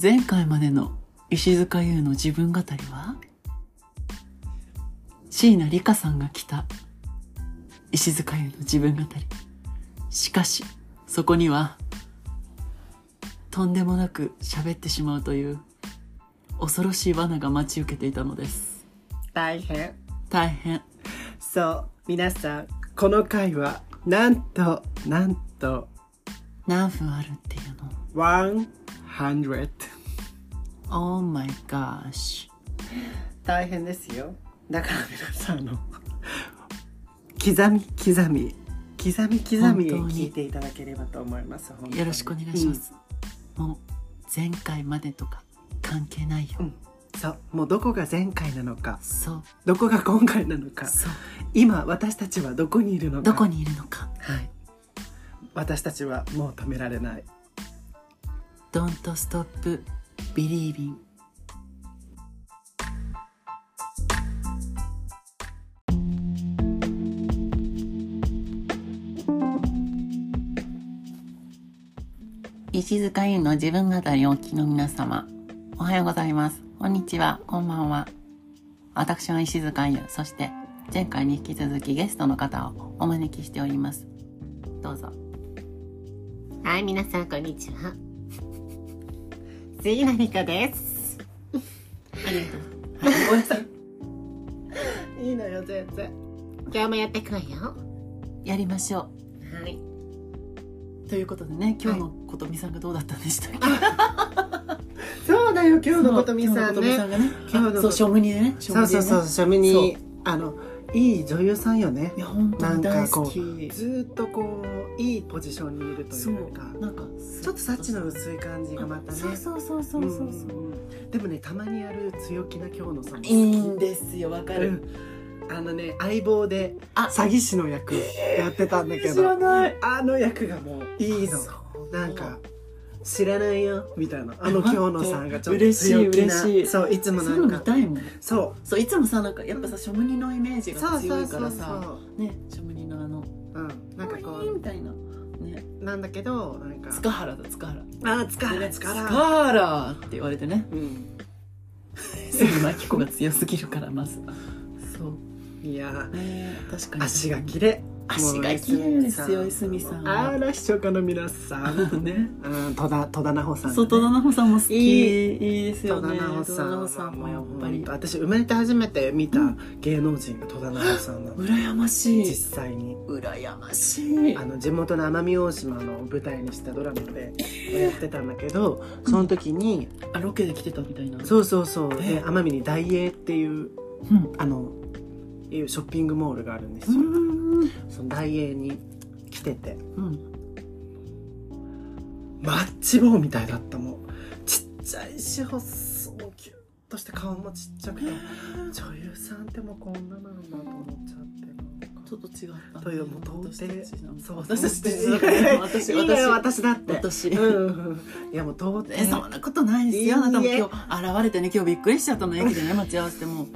前回までの石塚優の自分語りは椎名里香さんが来た石塚優の自分語りしかしそこにはとんでもなく喋ってしまうという恐ろしい罠が待ち受けていたのです大変大変そう皆さんこの回はなんとなんと何分あるっていうの100 Oh my gosh 大変ですよだから皆さんあの刻み刻み刻み刻み本当に聞いていただければと思います本当によろしくお願いします、もう前回までとか関係ないよ、うんうんそうもうどこが前回なのかそうどこが今回なのかそう今私たちはどこにいるのかどこにいるのかはい私たちはもう止められない Don't stop believing 石塚優の自分語りをお聞きの皆様、おはようございます。こんにちは、こんばんは。私は石塚優、そして前回に引き続きゲストの方をお招きしております。どうぞ。はい、皆さん、こんにちは。杉並理香です。ごめんなさい いいのよ全然今日もやってくわよ。やりましょう。はい。ということでね今日のことみさんがどうだったんでしたっけ、そうだよ今日のことみ今日さのんことみねさんがね今日そのう庶務にでね庶そう務そうそう、ね、庶民に、あの、いい女優さんよねい。や本当に大好きずーっとこう、いいポジションにいるとそいううか、なんかちょっとサッチの薄い感じがまたね。そうそうそうそうそうそう、うんでもね、たまにやる強気な今日のさんも好きいいんですよわかる、うんあのね、相棒であ詐欺師の役やってたんだけ知らど、ないあの役がもういいの。そうなんか知らないよみたいなあの今日のさんがちょっと嬉しい強気な嬉しいそういつそうもいなうのん見かたいもんそうそういつもさなんかやっぱさ庶務にのイメージが強いからそうそうさそうね庶務にのあのそううんなんかこいいみたいなねうなんだけどなんか塚原だ塚原あー疲でねれ疲塚れ原って言われてねうん杉真紀子が強すぎるからまずそういやーね確かに足が綺麗足が綺麗ですよ、いすみさんは。あら秘書家の皆さん ね。うん戸田戸田奈穂さんそう、戸田奈穂さんも好き。いいいいですよ戸田ね。奈穂さん戸田さんもやっぱり。私生まれて初めて見た芸能人が戸田奈穂さんなの羨まし実い。際に羨ましいあ。の地元の奄美大島の舞台にしたドラマでやってたんだけどその時にあ、ロケで来てたみたいな。そうそうそうえで奄美に大英っていううん。あのいうショッピングモールがあるんですうよん。その大英に来ててうん。マッチ棒みたいだったもんちっちゃいし細キュッとして顔もちっちゃくて女優さんってもうこんななんだと思っちゃってなんかちょっと違った。というもう到底そう、私私たたちちってだから 私、いいね私、私だって私。うんうんうんいやもう到底え、そんなことないですよ。いいあえなたも今日現れてね、今日びっくりしちゃったの、駅でね、待ち合わせてもう。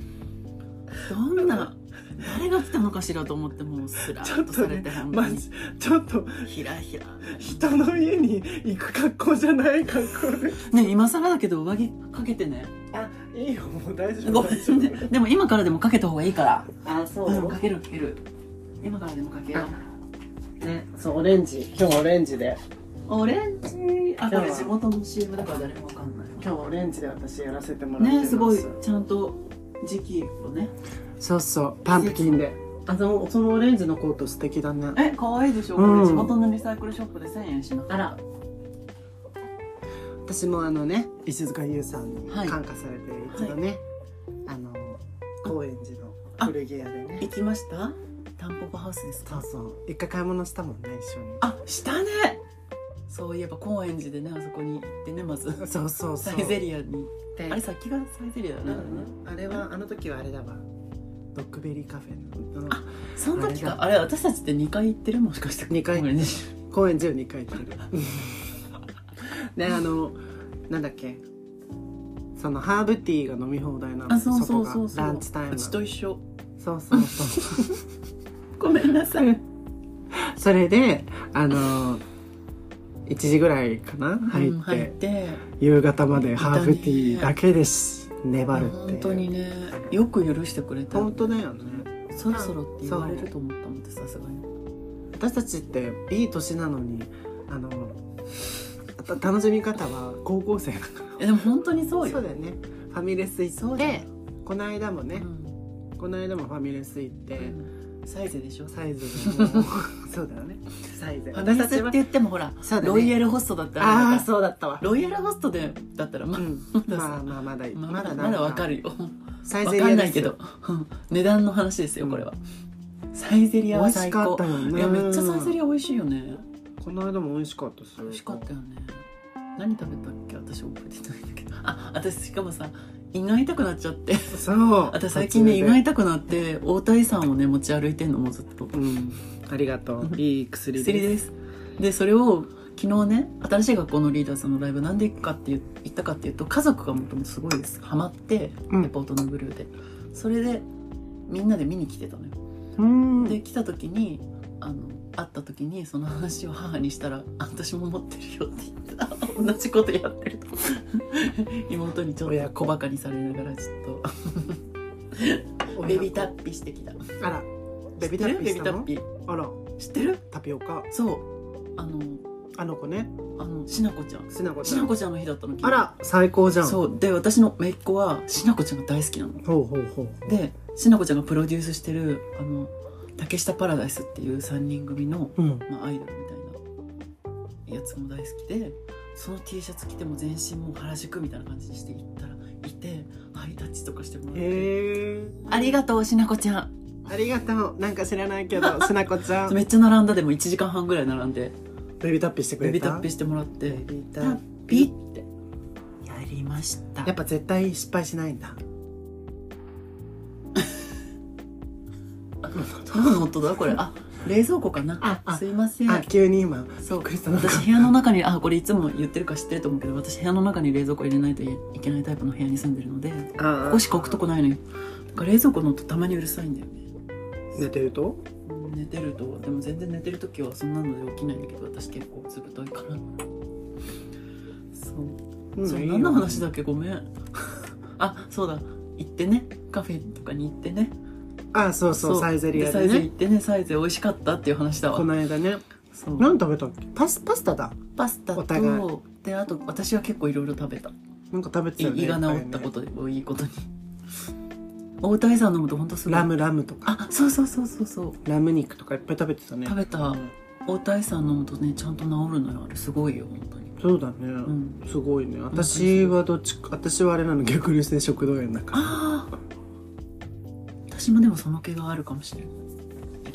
どんな、誰が来たのかしらと思って、もうすらっとされて、ほんまマに。ジちょっとひらひら。人の家に行く格好じゃない格好でね、今更だけど上着かけてね。あいいよもう大丈夫ごめん ね。でも今からでもかけた方がいいから。あ、そうん。かけるかける。今からでもかけよう。ねそうオレンジ今日オレンジでオレンジ。あ、今日はこれ地元の CM だから誰もわかんない今日オレンジで私やらせてもらってわ。ますね、すごい、ちゃんと時期をね。そうそうパンプキンであでもそのオレンジのコート素敵だねえ、可愛いでしょこうんれ地元のリサイクルショップで1000円しなかっあら私もあのね石塚優さんにはい感化されて一度ね、あの高円寺の古着屋でたね行きましたタンポポハウスですそかうそう一回買い物したもんね一緒にあ、したねそういえば高円寺でね、あそこに行ってね、まず。そうそうそサうイゼリアに。であれ、さっきがサイゼリアだね。あれはあの時はあれだわドッグベリーカフェの、あその時かあれ私たちって2回行ってるもしかして二回ごめんね公園中に書いてる ねあのなんだっけそのハーブティーが飲み放題なのあそうそうそうこそうがランチタイムうちと一緒そうそうそう ごめんなさいそれであの1時ぐらいかな入っうて、ん入って夕方までハーフティーだけです粘るっていう本当にねよく許してくれた本当だよねそろそろって言われると思ったもんでさすがに私たちっていい年なのにあのた楽しみ方は高校生だからえでも本当にそうそうよだよねファミレス行ってでこの間もね、うんこの間もファミレス行って、サイズでしょサイズがもうそうだよねサイズファミレスって言ってもほら、そうだねロイヤルホストだってあるんあだあからそうだったわロイヤルホストでだったらま,、うんだまあまあまだまあまだんまだわかるよサイわゼリかアんないですけよど うん値段の話ですよこれは、サイゼリ美アは味し最かっ高たよいねやめっちゃサイゼリア美味しいよねこの間も美味しかったっすよ美味しかったよね何食べたっけ私覚えてないんだけどあ私しかもさ胃が痛くなっちゃってそう私最近ね胃がと痛くなって大体さんをね持ち歩いてんのもうずっとうんありがとういい薬です薬ですでそれを昨日ね新しい学校のリーダーさんのライブなんで行くかって言ったかっていうと家族がもともとすごいですハマってうんレポートのブルーで、それでみんなで見に来てたのようんで来た時にあの会った時にその話を母にしたら「あ私も持ってるよ」って言って同じことやってると 妹にちょっと小バカにされながらちょっとベビタッピしてきたあらベビタッピ知っしてたるのベビタッあらピ知ってるタピオカそうあのあの子ねあのしなこちゃんしなこしちゃなんこちゃんの日だったの昨日あら最高じゃんそうで私の姪っ子はしなこちゃんが大好きなのほうほうほうでしなこちゃんがプロデュースしてるあの竹下パラダイスっていう3人組の、うんまあ、アイドルみたいなやつも大好きでその T シャツ着ても全身もう原宿みたいな感じにして行ったらいてハイタッチとかしてもらって、へえありがとうしなこちゃんありがとうなんか知らない けどしなこちゃんめっちゃ並んだでも1時間半ぐらい並んでベビタッピしてくベれたビタッピしてもらってベビタタッッピピってやりましたやっぱ絶対失敗しないんだ何の音だこれあ冷蔵庫かなああすいませんあ急に今そうクリスタなんか私部屋の中にあこれいつも言ってるか知ってると思うけど私部屋の中に冷蔵庫入れないといけないタイプの部屋に住んでるのでこあこしか置くとこないのよだから冷蔵庫の音たまにうるさいんだよね寝てるとうん寝てるとでも全然寝てる時はそんなので起きないんだけど私結構ずぶといからそうそういいよ何の話だっけごめんあそうだ行ってねカフェとかに行ってねあそうそうサイゼリアでサイゼ行ねってねサイゼ美味しかったっていう話だわこの間ねそう何食べたっけパスパスタだパスタお互いとであと私は結構いろいろ食べたなんか食べてたよね胃が治ったことでもいいことに大谷さん飲むと本当すごいラムラムとかあそうそうそうそうそうラム肉とかいっぱい食べてたね食べた大谷さん飲むとねちゃんと治るのよあれすごいよ本当にそうだね、んすごいね私はどっちか私はあれなの逆流性食道炎だからああ私もでもその気があるかもしれない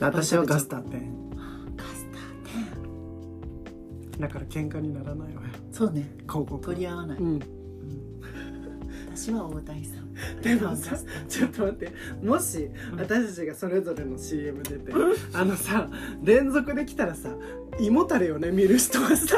私はガスターペンガスターねだから喧嘩にならないわよそうね広告取り合わない、うん私は大谷さんでもさちょっと待ってもし私たちがそれぞれの CM 出て、 あのさ連続できたらさ胃もたれをね見る人がさ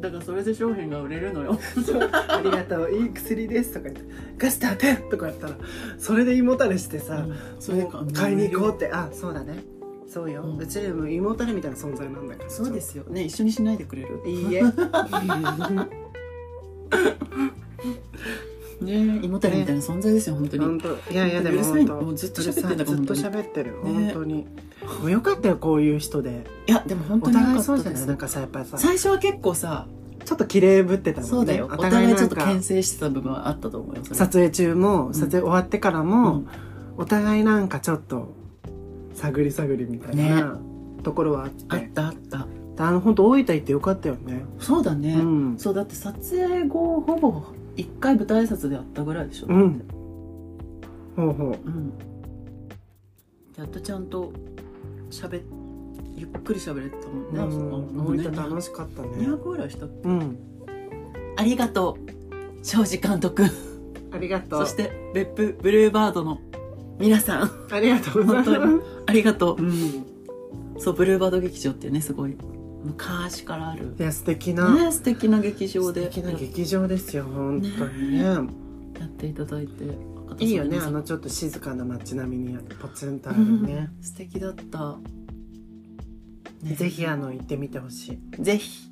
だからそれで商品が売れるのよ「そう ありがとういい薬です」とか言って「ガスターテン!」とかやったらそれで胃もたれしてさ、それもう買いに行こうってあそうだねそうよ、ううんちでも胃もたれみたいな存在なんだからそうですよね一緒にしないでくれるいいえ ね胃もたれみたいな存在ですよ本当に本当いやいやでもうるさい本当もうずっと喋ってんだからうるさいずっと喋ってる本本当当に、もうよかったよこういう人でいやでも本当おに良か互いっそうたじゃでないすなんかさやっぱりさ最初は結構さちょっと綺麗ぶってたもんねそうだよおお互互いいちなょっんとか牽制してた部分はあったと思うよそれ撮影中も撮影終わってからうもん、お互いなんかちょっと探り探りみたいな、ところはあっあてったあったあの本当大分行ってよかったよねそうだね、うんそうだって撮影後ほぼ一回舞台挨拶であったぐらいでしょうんほうほううんやっとちゃんと喋ゆっくり喋れてたもんね、うあそこんも大ね分楽しかったね200ぐらいしたうんありがとう庄司監督ありがとそうして別府ブルーバードの皆さんありがとうございます本ありがとううんそう、ブルーバード劇場っていうね、すごい、昔からある。いや素敵な、ね、素敵な劇場素で敵な劇場ですよ本当にねやっていただいていいよね私あものちょっと静かな街並みにポツンとあるね、素敵だった、ぜひあの行ってみてほしいぜひ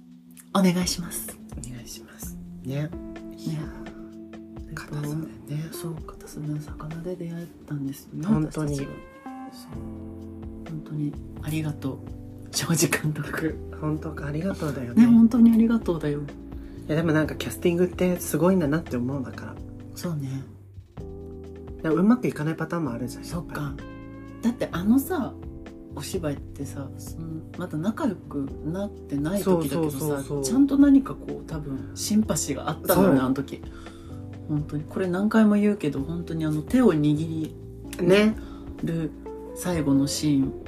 お願いしますお願いしますねね片袖ねそう片袖の魚で出会ったんですよね本当に私たちはそう本当にありがとう長時間とか本当かありがとうだよねね本当にありがとうだよいやでもなんかキャスティングってすごいんだなって思うんだからそうねでもうまくいかないパターンもあるじゃんそっやかだってあのさお芝居ってさそのまだ仲良くなってない時だけどさそうそうそうそうちゃんと何かこう多分シンパシーがあったのよねそうあの時本当にこれ何回も言うけど本当にあの手を握っぱりねる最後のシーン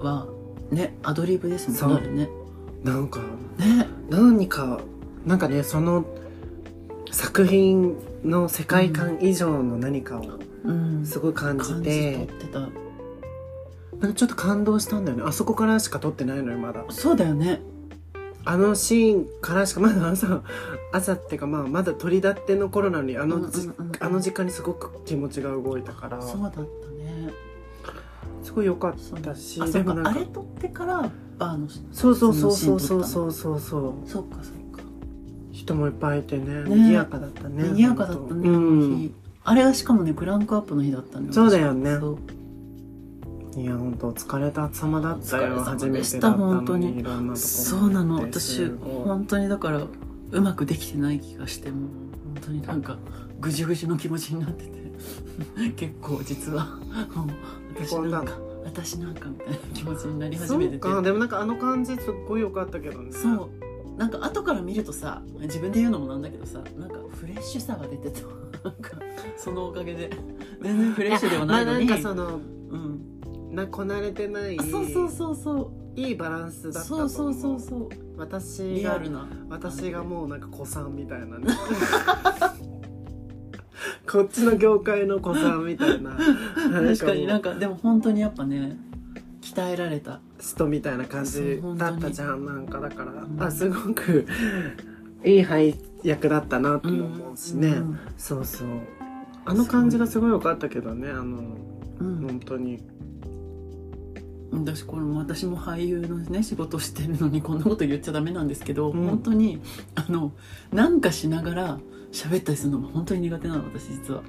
はねアドリブですもんねそうあれねなんかね何かなんかねその作品の世界観以上の何かをうんすごい感じ感て、じ取ってたなんかちょっと感動したんだよねあそこからしか撮ってないのよまだそうだよねあのシーンからしかまだ朝朝っていうかまあまだ取り立ての頃なのにあのじ、うんうんうんあの時間にすごく気持ちが動いたからそうだったねすごい良かっそうたしあそでうもかなんあかれ取ってからバーのそうそうそうそうそのそうシーそうそうそうそうかそうか人もいっぱいいてねね賑やかだったね賑やかだったね、うあのん日あれがしかもねクランクアップの日だったのよそうだよねそういや本当お疲れた様だったよお疲初れ様めでしてただったの本当ににいろんなとこそうなの回って私すごい本当にだからうまくできてない気がしてもう本当になんかぐじゅぐじゅの気持ちになって て結構実はもう私凹んなだんのか私なんかみたいな気持ちになり始そめててうかでもなんかあの感じすっごい良かったけどねそうなんか後から見るとさ自分で言うのもなんだけどさなんかフレッシュさが出てたなんかそのおかげで全然フレッシュではないのに、まあ、なんかそのうん、なこなれてないあそうそうそうそういいバランスだったとそ思ううそうそうそう私リアがルな私がもうなんか子さんみたいな ねこっちの業界の子さんみたいな確かになんかかでも本当にやっぱね鍛えられたもう人みたいな感じだったじゃんなんかだから、うんあすごくいい配役だったなとも思うしね、うんそうそうあの感じがすごい良かったけどねあのうん本当にうん私この私も俳優のね仕事してるのにこんなこと言っちゃダメなんですけど、うん本当にあのなんかしながら喋ったりするのも本当に苦手なの私実は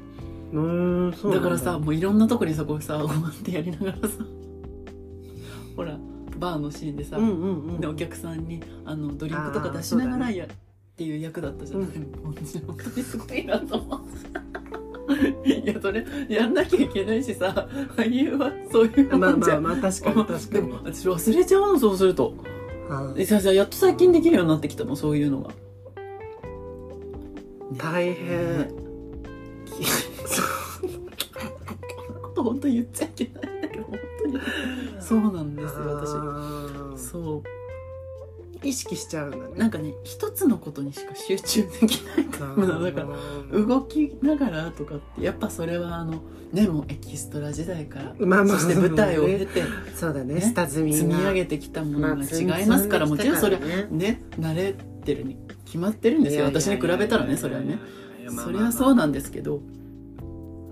うーんそうだなんからさもういろんなとこにさこうさこ うやってやりながらさほらバーのシーンでさ、うんうんうんでお客さんにあのドリンクとか出しながらや、っていう役だったじゃない、本当にすごいなと思って いやそれやんなきゃいけないしさ俳優はそういうまもあん じまゃあん、まあ確かに確かでにも私忘れちゃうのそうするとあえささやっと最近できるようになってきたのそういうのが大ね変こと本当言っちゃいけないんだけど本当に そうなんですよ私私そう意識しちゃうんだねなんかね一つのことにしか集中できないタイプなのだから動動きながらとかってやっぱそれはあのねもうエキストラ時代から、まあまあそして舞台を経てそうだねね下積みが積み上げてきたものが違いますから、もちろんそれはねね慣れてるに決まってるんですよ私に比べたらねそれはねそれはそううなんですけど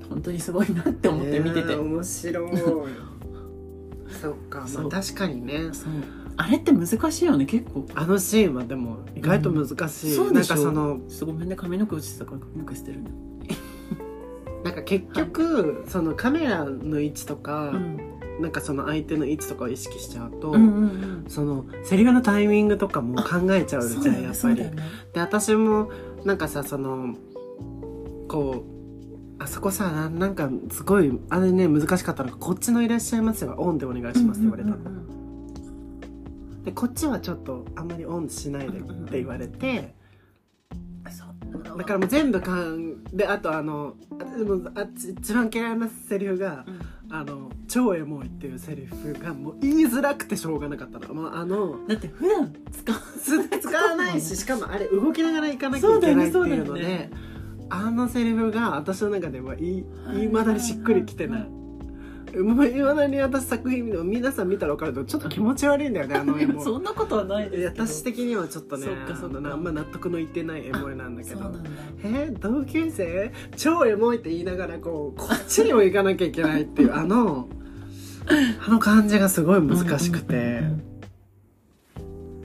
本当にすごいなって思って見てて、面白 いそっかそまうあ確かにねそうあれって難しいよね結構あのシーンはでも意外と難しい、うんそうなでんしょかそのちょっとごめんね髪の毛落ちてたから髪の毛捨てるねなんか結局そのカメラの位置とか、うんなんかその相手の位置とかを意識しちゃううと、んうんそのセリフのタイミングとかも考えちゃうんうそうじゃだよんやねっそぱうりだよ。ねで私もなんかさそのこうあそこさななんかすごいあれね難しかったのが「こっちのいらっしゃいませ」はオンでお願いしますって言われたの、うんうんでこっちはちょっとあんまりオンしないでって言われて、うんそうだからもう全部かんであとあのあでもあっち一番嫌いなセリフがうん「あの超エモい」っていうセリフがもう言いづらくてしょうがなかったの。もうあのだって普段使う使わないししかもあれ動きながら行かなきゃいけないっていうそうのだよねそうだでよねあのセリフが私の中ではいはいいまだにしっくりきてない。もういまだに私作品でも皆さん見たら分かるとちょっと気持ち悪いんだよねあの絵 もそんなことはないですけど私的にはちょっとねそっかそっかあのあんま納得のいってないエモいなんだけそうなどんだえー同級生超エモいって言いながらこうこっちにも行かなきゃいけないっていう あのあの感じがすごい難しくて、うんうんうんうん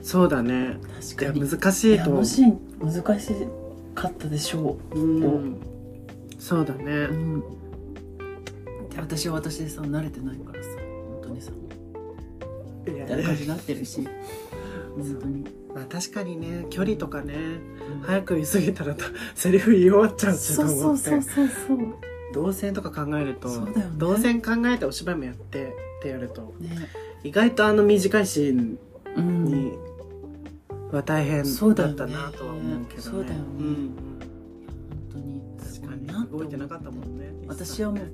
そうだねい確やかに難しいあと思のうシーン難しかったでしょうんそうだねう、うん、で私は私でさ慣れてないからさ本当にさいや誰かになってるし本当に、まあ確かにね距離とかねい早く言い過ぎたらた セリフ言い終わっちゃうしそとう思そっうてそうそうそう動線とか考えると、そうだよね動線考えてお芝居もやってってやるとね意外とあの短いシーンうんには大変そうだだよっねたなとは思うけどねそうだよねん本当にすごい確なとかに動いてなかったも思んね私はもうう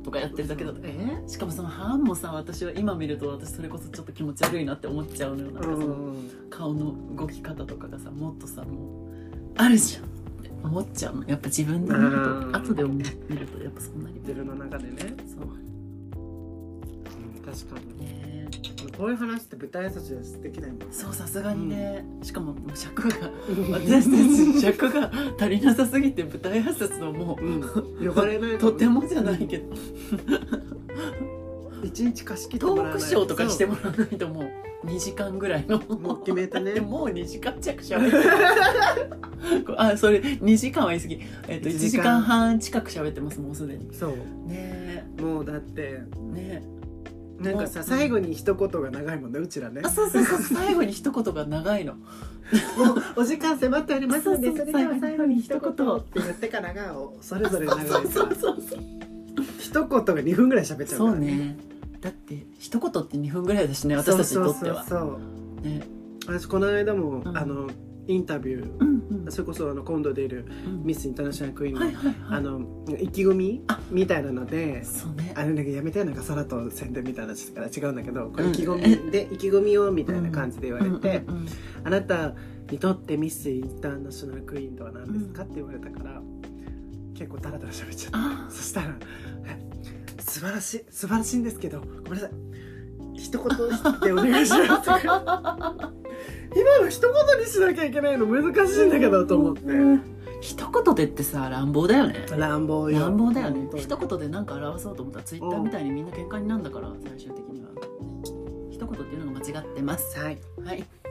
とかやってるだけだとえしかもその歯もさ私は今見ると私それこそちょっと気持ち悪いなって思っちゃうのよなんかうそのん顔の動き方とかがさもっとさもうあるじゃんって思っちゃうのやっぱ自分で見るうんと後で思う見るとやっぱそんなに自分の中でねそう確かにねこういう話って舞台挨拶ではできないもんそうさすがにね、しかももう尺 が 私たち尺が足りなさすぎて舞台挨拶のもうん呼ばれないうとてもじゃないけど一日貸し切ってトもーらわなクいショーとかしてもらわないともう2時間ぐらいのもう決めたねだってもう2時間弱しゃべってるこう あそれ2時間は言い過ぎ、えっと、1一時時間間半近くしゃべってますもうすでにねそうえもうだってねなんかさもう最後に一言が長いもんねうちらねあそうそうそう最後に一言が長いのもうお時間迫っておりますのでそうそそうれでは最最後後にに一言一っ言て言ってからがお それぞれ長いからそうそうそう一言が2分ぐらい喋っちゃうかそらうねだって一言って2分ぐらいだしね私たちにとってはそうそうねそう私この間も、んあのインタビューうんうんそれこそあの今度出るうんミス・インターナショナル・クイーンの,、はいはいはいあの意気込みあみたいなのでそうねあれなんかやめてよなんかさらと宣伝みたいな話だから違うんだけどこれうん意気込みで意気込みをみたいな感じで言われて、うんうんうんあなたにとってミス・インターナショナル・クイーンとは何ですか?」って言われたから結構ダラダラ喋っちゃったあそしたらえ「素晴らしい素晴らしいんですけどごめんなさい一言でお願いします」とか今の一言にしなきゃいけないの難しいんだけどと思ってうん一言でってさ乱暴だよね乱暴よ乱暴だよね本当に一言で何か表そうと思ったらツイッターみたいにみんな喧嘩になるんだから最終的には一言っていうのが間違ってますはいはい。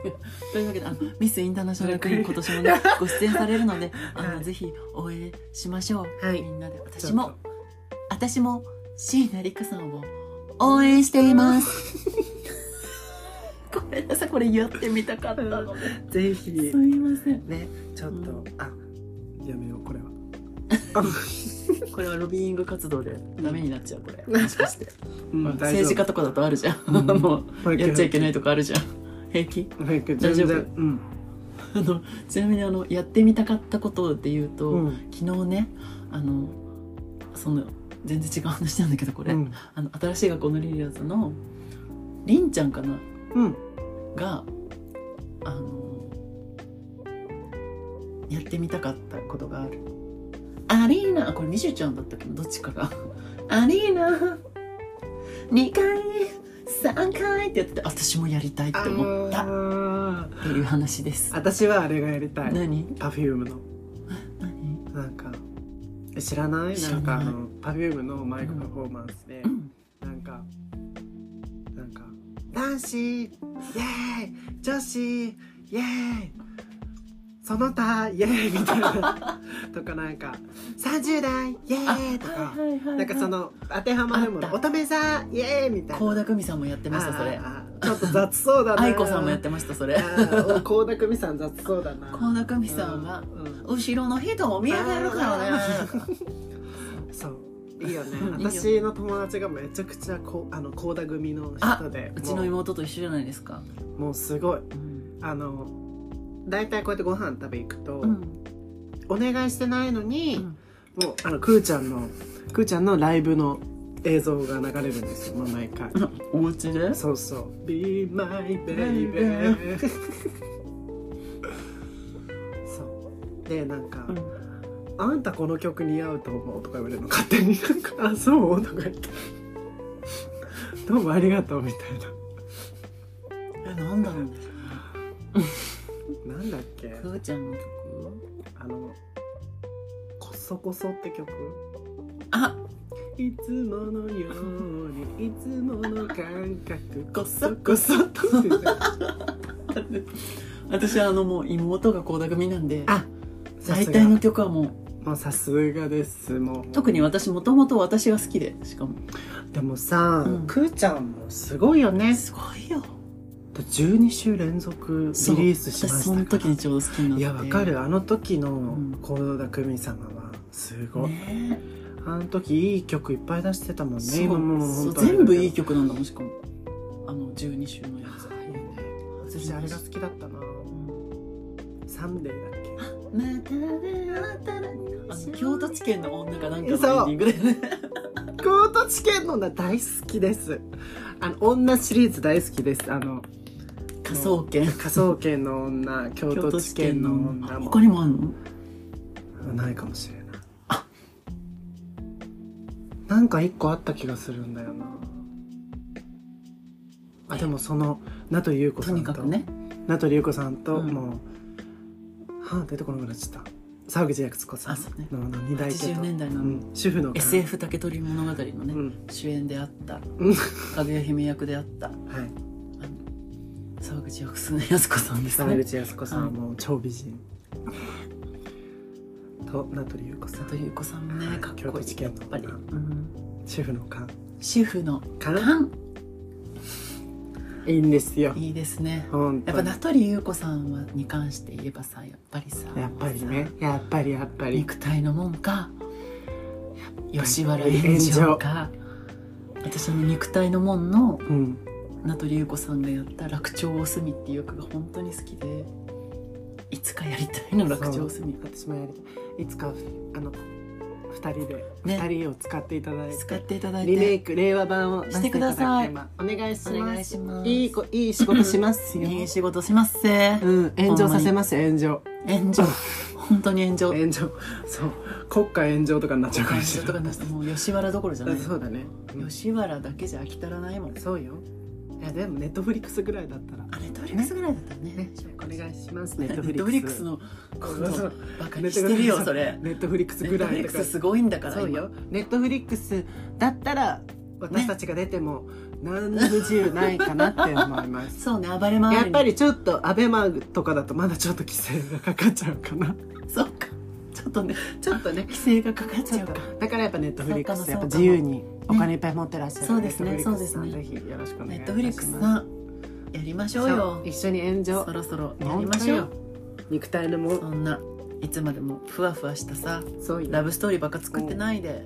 というわけで、あの、ミスインターナショナルクイーン、今年も ね、ご出演されるので、あの、はいぜひ応援しましょう。はいみんなで、私も、私も、椎名リカさんを応援しています。 ごめんなさい、これやってみたかったので。ぜすひいません。ねちょっと、うんあやめようこれはこれはロビーイング活動で、ダメになっちゃう、これ。もしかして。うん大丈夫政治家とかだとあるじゃん。うん もこう、れやっちゃいけないとかあるじゃん。平気 大丈夫大丈夫うんあの、ちなみに、あの、やってみたかったことで言うと、うん昨日ねあのその全然違う話なんだけどこれ、うんあの新しい学校のリリアーズのりんちゃんかなうんがあのやってみたかったことがあるアリーナあこれみじゅちゃんだったっけどどっちかが アリーナ2回3回ってやってて私もやりたいって思ったあっーていう話です私はあれがやりたい何パフュームの何なんかえ知らない知ならなんいかあの Perfume のマイクパフォーマンスで、うんなんかなんか男子イエーイ女子イエーイその他イエーイみたいなとかなんか30代イエーイとかはいはいはいはいなんかその当てはまるもあっのた乙女座イエーイみたいな倖田來未さんもやってましたそれあーあーちょっと雑そうだな愛子さんもやってましたそれ高田久美さん雑そうだな倖田來未さんはうん後ろの人を見上げるからねあそういいよね うんいいよ私の友達がめちゃくちゃこうあの高田組の人でうちの妹と一緒じゃないですかもうもうすごいうん、あの大体こうやってご飯食べ行くと、お願いしてないのに、うんもうあのくーちゃんのくーちゃんのライブの映像が流れるんですよもう毎回お家でそうそう「Be my baby」そうでなんか、あんたこの曲似合うと思う」とか言われるの勝手になんか「あそう?」とか言って「どうもありがとう」みたいえなんだろうねななんだっけくーちゃんの曲あの「こそこそ」って曲あいつものようにいつもの感覚こそこそとって言って た私あのもう妹が倖田組なんであさ大す体がの曲はもうもうさすがですもう特に私もともと私が好きでしかもでもさ、うんくーちゃんもすごいよねすごいよ12週連続リそうリースしま私しそのたから時にちょうど好きになっていいやわかるあの時のん倖田來未様はすごい、ねあの時いい曲いっぱい出してたもんねそう今もうそう本当全部いい曲曲なんだもんしかもあの12週のやついいね私あれが好きだったなサンデーだっけまたねあの京都地県の女かなんか そのうエンディングだよね京都地検の女大好きですあの女シリーズ大好きですあ の科捜研科捜研の女京都地検の女も他にもあるのないかもしれないなんか一個あった気がするんだよなあでもその名取裕子とさんにとかくね名取裕子さんと、うんもうはあ出てこなくなっちゃった沢口靖子さんあそうねの2代手80と、年代うのん、主婦の SF 竹取物語のうねん主演であったうんかぐや姫役であったはい沢口靖子靖子さんです沢ね口靖子さんはもう超美人、と名取裕子さんという子さんもはねいかっ京こ都い地いやっ検のぱり、うん、主婦の勘主婦の勘勘いいんですよいいですね本やっ当ぱに名取裕子さんはに関して言えばさやっぱりさやっぱりねやっぱりやっぱり肉体のもんか吉原炎上か私あの肉体のもんのうん名取裕子さんがやった「楽長おすみ」っていう役が本当に好きでいつかやりたいの楽長おすみ私もやりたいいつかあの二人でね二人を使っていただいて、使っていただいリメてイク令和版を出していたくだださいければお願いしおま願いすしますいい子いい仕事しますよいい仕事しますせうん炎上させますよ炎上炎上本当に炎 上炎上そう国家炎上とかになっちゃうかもしれとなかいなしてもう吉原どころじゃないそうだね、うん吉原だけじゃ飽き足らないもんそうよいやでもネットフリックスぐらいだったらあネットフリックスぐらいだったらねねお願いしますネ ネッットトフリックスフリックスのことそうバカにしてるよそれ ネットフリックスネぐットらフリいッとクかスすごいんだからそうよネットフリックスだったら私たちが出ても何の不自由ないかなって思い ますそうね暴れ回りやっぱりりちょっとアベマとかだとまだちょっと規制がかかっちゃうかなそうかちょっとねちょっとね規制がかかっちちゃょうっかとだからやっぱネットフリックそうスかもやっぱ自由にお金いっぱい持ってらっしゃるそうですね Netflix さんそうですねぜひよろしくお願ネいいッたトしますフリックスさんやりましょうそよう一緒に炎上そろそろやりましょう肉体のもそんないつまでもふわふわしたさそうよラブストーリーばっか作ってないで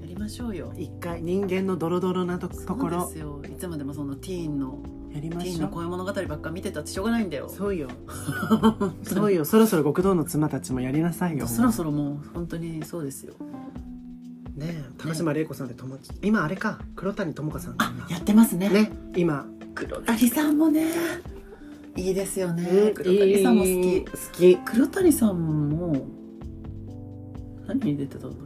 やりましょうよ一回人間のドロドロなととこそうろですよいつまでもそのティーンのやりテまィーンしょのう恋物語ばっか見てたってしょうがないんだよそうよ そうよそろそろ極道の妻たちもやりなさいよそろそろもう本当にそうですよねえ高島玲子さんで友達今あれか黒谷友香さんかなやってますねね今黒谷さんもねいいですよね、うん黒谷さんも好いいき好き黒谷さんも何に出てたんだっ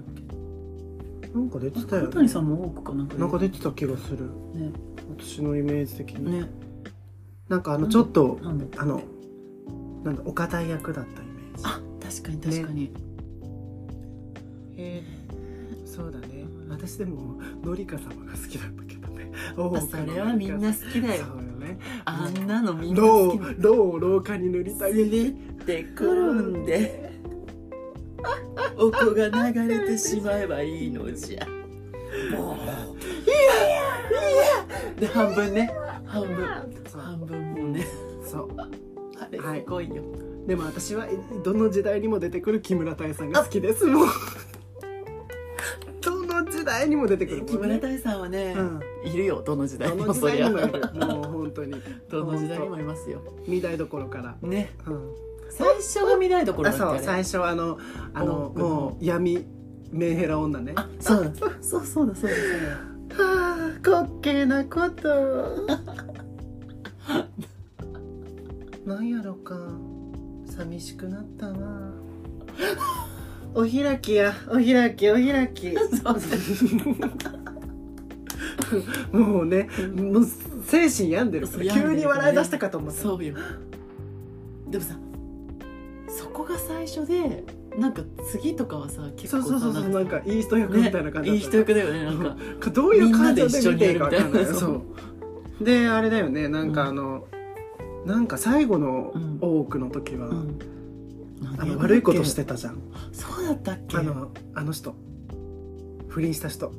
けなんか出てたよ、黒ね、谷さんも多くかなんかなんか出てた気がするね私のイメージ的に、ねなんかあのちょっと、なんだっけあのなんだお堅い役だったイメージあ確かに確かに、へえそうだね私でものりか様が好きだったけどねまあそれはみんな好きだよそうよねあんなのみんなロ好きーロー廊下に塗りたいで転んでおこが流れてしまえばいいのじゃもういやいやで半分ね半分そう半分もうねそうあれすごいよ、でも私はどの時代にも出てくる木村多江さんが好きですもうどの時代にも出てくる木村多江さんはね、うんいるよどの時代どにのも時そ代りゃにもいるもう本当にどの時代にもいますよ見たいどころから、ねうん、最初が見ないところあだったそうよ最ね初はあのあの多くのもう闇メンヘラ女ねあそうだそうそうだそうだそうだはあ滑稽な ことなんやろか寂しくなったなお開きやお開きお開きそうそうもうねもう精神病んでる病んでる急に笑い出したかと思ったそうよでもさそこが最初でなんか次とかはさ結そう構そうそうそうさなんかいい人役みねたいな感じいいだっ人たよね役だよねなんかどういう感情で見ていいか分かんないみんなで一緒にやるみたいなそうであれだよねなんかあの、なんか最後のうん多くの時は、うん何やっあたっのけ悪いことしてたじゃんそうだったっけあのあの人不倫した人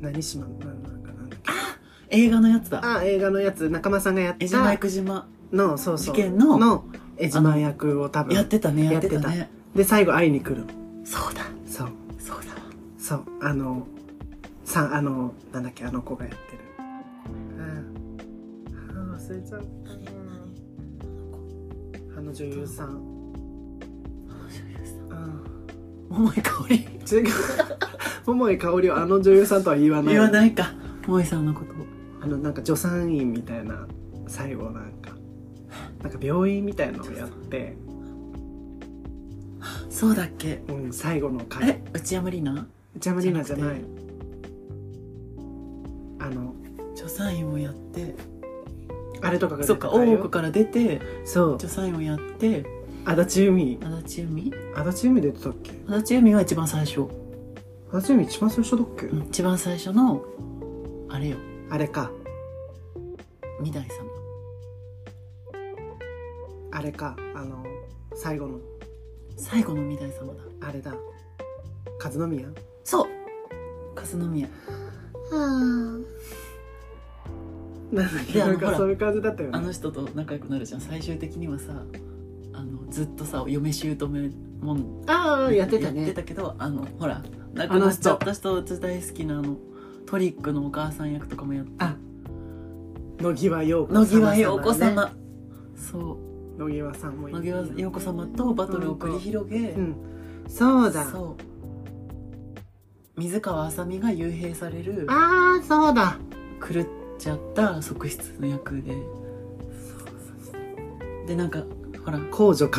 何島なんなんかなんだっけ映画のやつだあ映画のやつ仲間さんがやっ江島た生島のそうそう事件の江島役を多やっ分てたねややっっててたたねで最後会いに来るそうだそうそうだわそうあのさあのなんだっけあの子がやってるああ忘れちゃうあの女優さんあ桃井かおりあ違う 桃井かおりはあの女優さんとは言わない言わないか桃井さんのことあのなんか助産院みたいな最後なんかなんか病院みたいのをやって、そうだっけうん、最後の回え内山里奈ジャムリーナじゃないじあの助産院をやってあれとかが出そてっかた大よ奥から出てそう助産院をやって足立由美足立由美足立由美出てたっけ足立由美は一番最初、足立由美一番最初だっけ、うん一番最初のあれよあれか三代様あれかあの最後の最後の三代様だあれだ和宮そう和宮なんだっけであなのんほからそういう感じだったよあねの人と仲良くなるじゃん最終的にはさあのずっとさ嫁姑もんああやってたやってねたけどあのほら亡くなっちゃった人大好きなあのトリックのお母さん役とかもやってあ野際陽子様野際陽子ね様、そう野際さんもいい野際陽子様とバトルを繰り広げ、うんそうだそう水川あさみが幽閉されるああそうだ狂っちゃった側室の役ででなんかほら公女和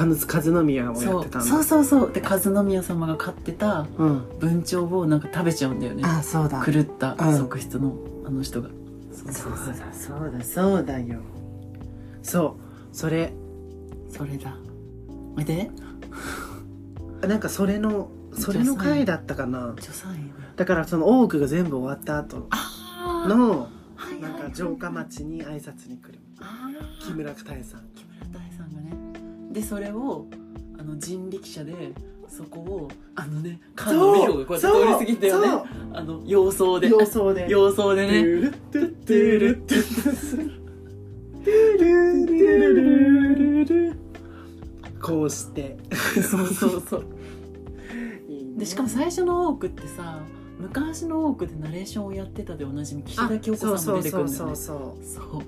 和宮をやそってたんうだそうそうそうで和宮様が飼ってたうん、文鳥をなんか食べちゃうんだよねああそうだ狂ったうん側室のあの人がそうそそううそうだそうだそうだよそうそれそれだおいでなんかそれのそれの回だったかな助産院だだからその多くが全部終わった後あーのはいなんか城下町に挨拶に来るあー木村多江さん木村多江さんがねでそれをあの人力車でそこをあのね菅野美穂がこうやって通り過ぎたよねあの様相そうで様相で様相でねトゥトゥルトゥトゥトゥルトゥルルルルこうしてそうそうそうでしかも最初の多くってさ昔の多くでナレーションをやってたでおなじみ岸田京子さんも出てくるんだよそうそうそうねそうそう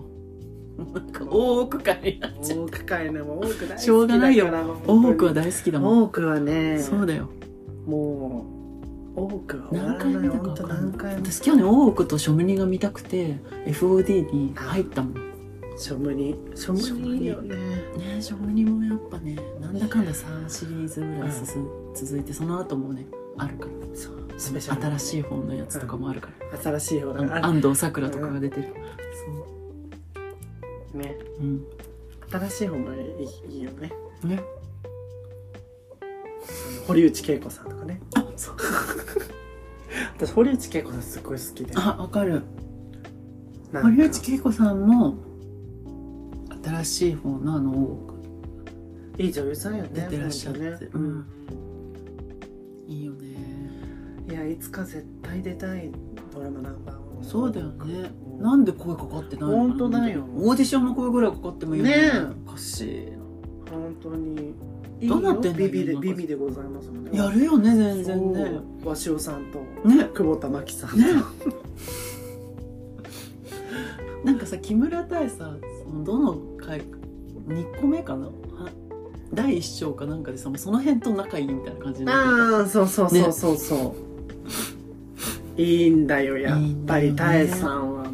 なんか大奥会になっちゃう多くかいねもう多く大好きだからしょうがないよ大奥はだ大好きだもん多くはねそうだよもう多くは終わ何ら回ない見たか本分当かん何ない回も私去年大奥とショムニが見たくて FOD に入ったもんショムニショムニいいよねねえ食にもやっぱねなんだかんだ3シリーズぐらい進、続いてその後もねあるからそうスペシャル新しい方のやつとかもあるから、新しい方だかあのら安藤サクラとかが出てる、ねそううん新しい方もいいいいよねね堀内恵子さんとかねあそう私堀内恵子さんすごい好きであわかるなんか堀内恵子さんも新しい方のあのいい女優さんよね出てらっしゃって本当ねうんいいよねいやいつか絶対出たいドラマナンバーワンそうだよねうんなんで声かかってないのかなほんとだよオーディションの声ぐらいかかってもいいよねねえおかしい本当にどうなってんのいいよビビで今ビビでございますもんねやるよね全そ然ねう鷲尾さんとね久保田真希さんと、ね なんかさ木村多江さそのどの回2個目かなは第1章かなんかでさもうその辺と仲いいみたいな感じになってああそうそうそうそうそう、いいんだよやっぱいいりん多だよ江ねさんはたもう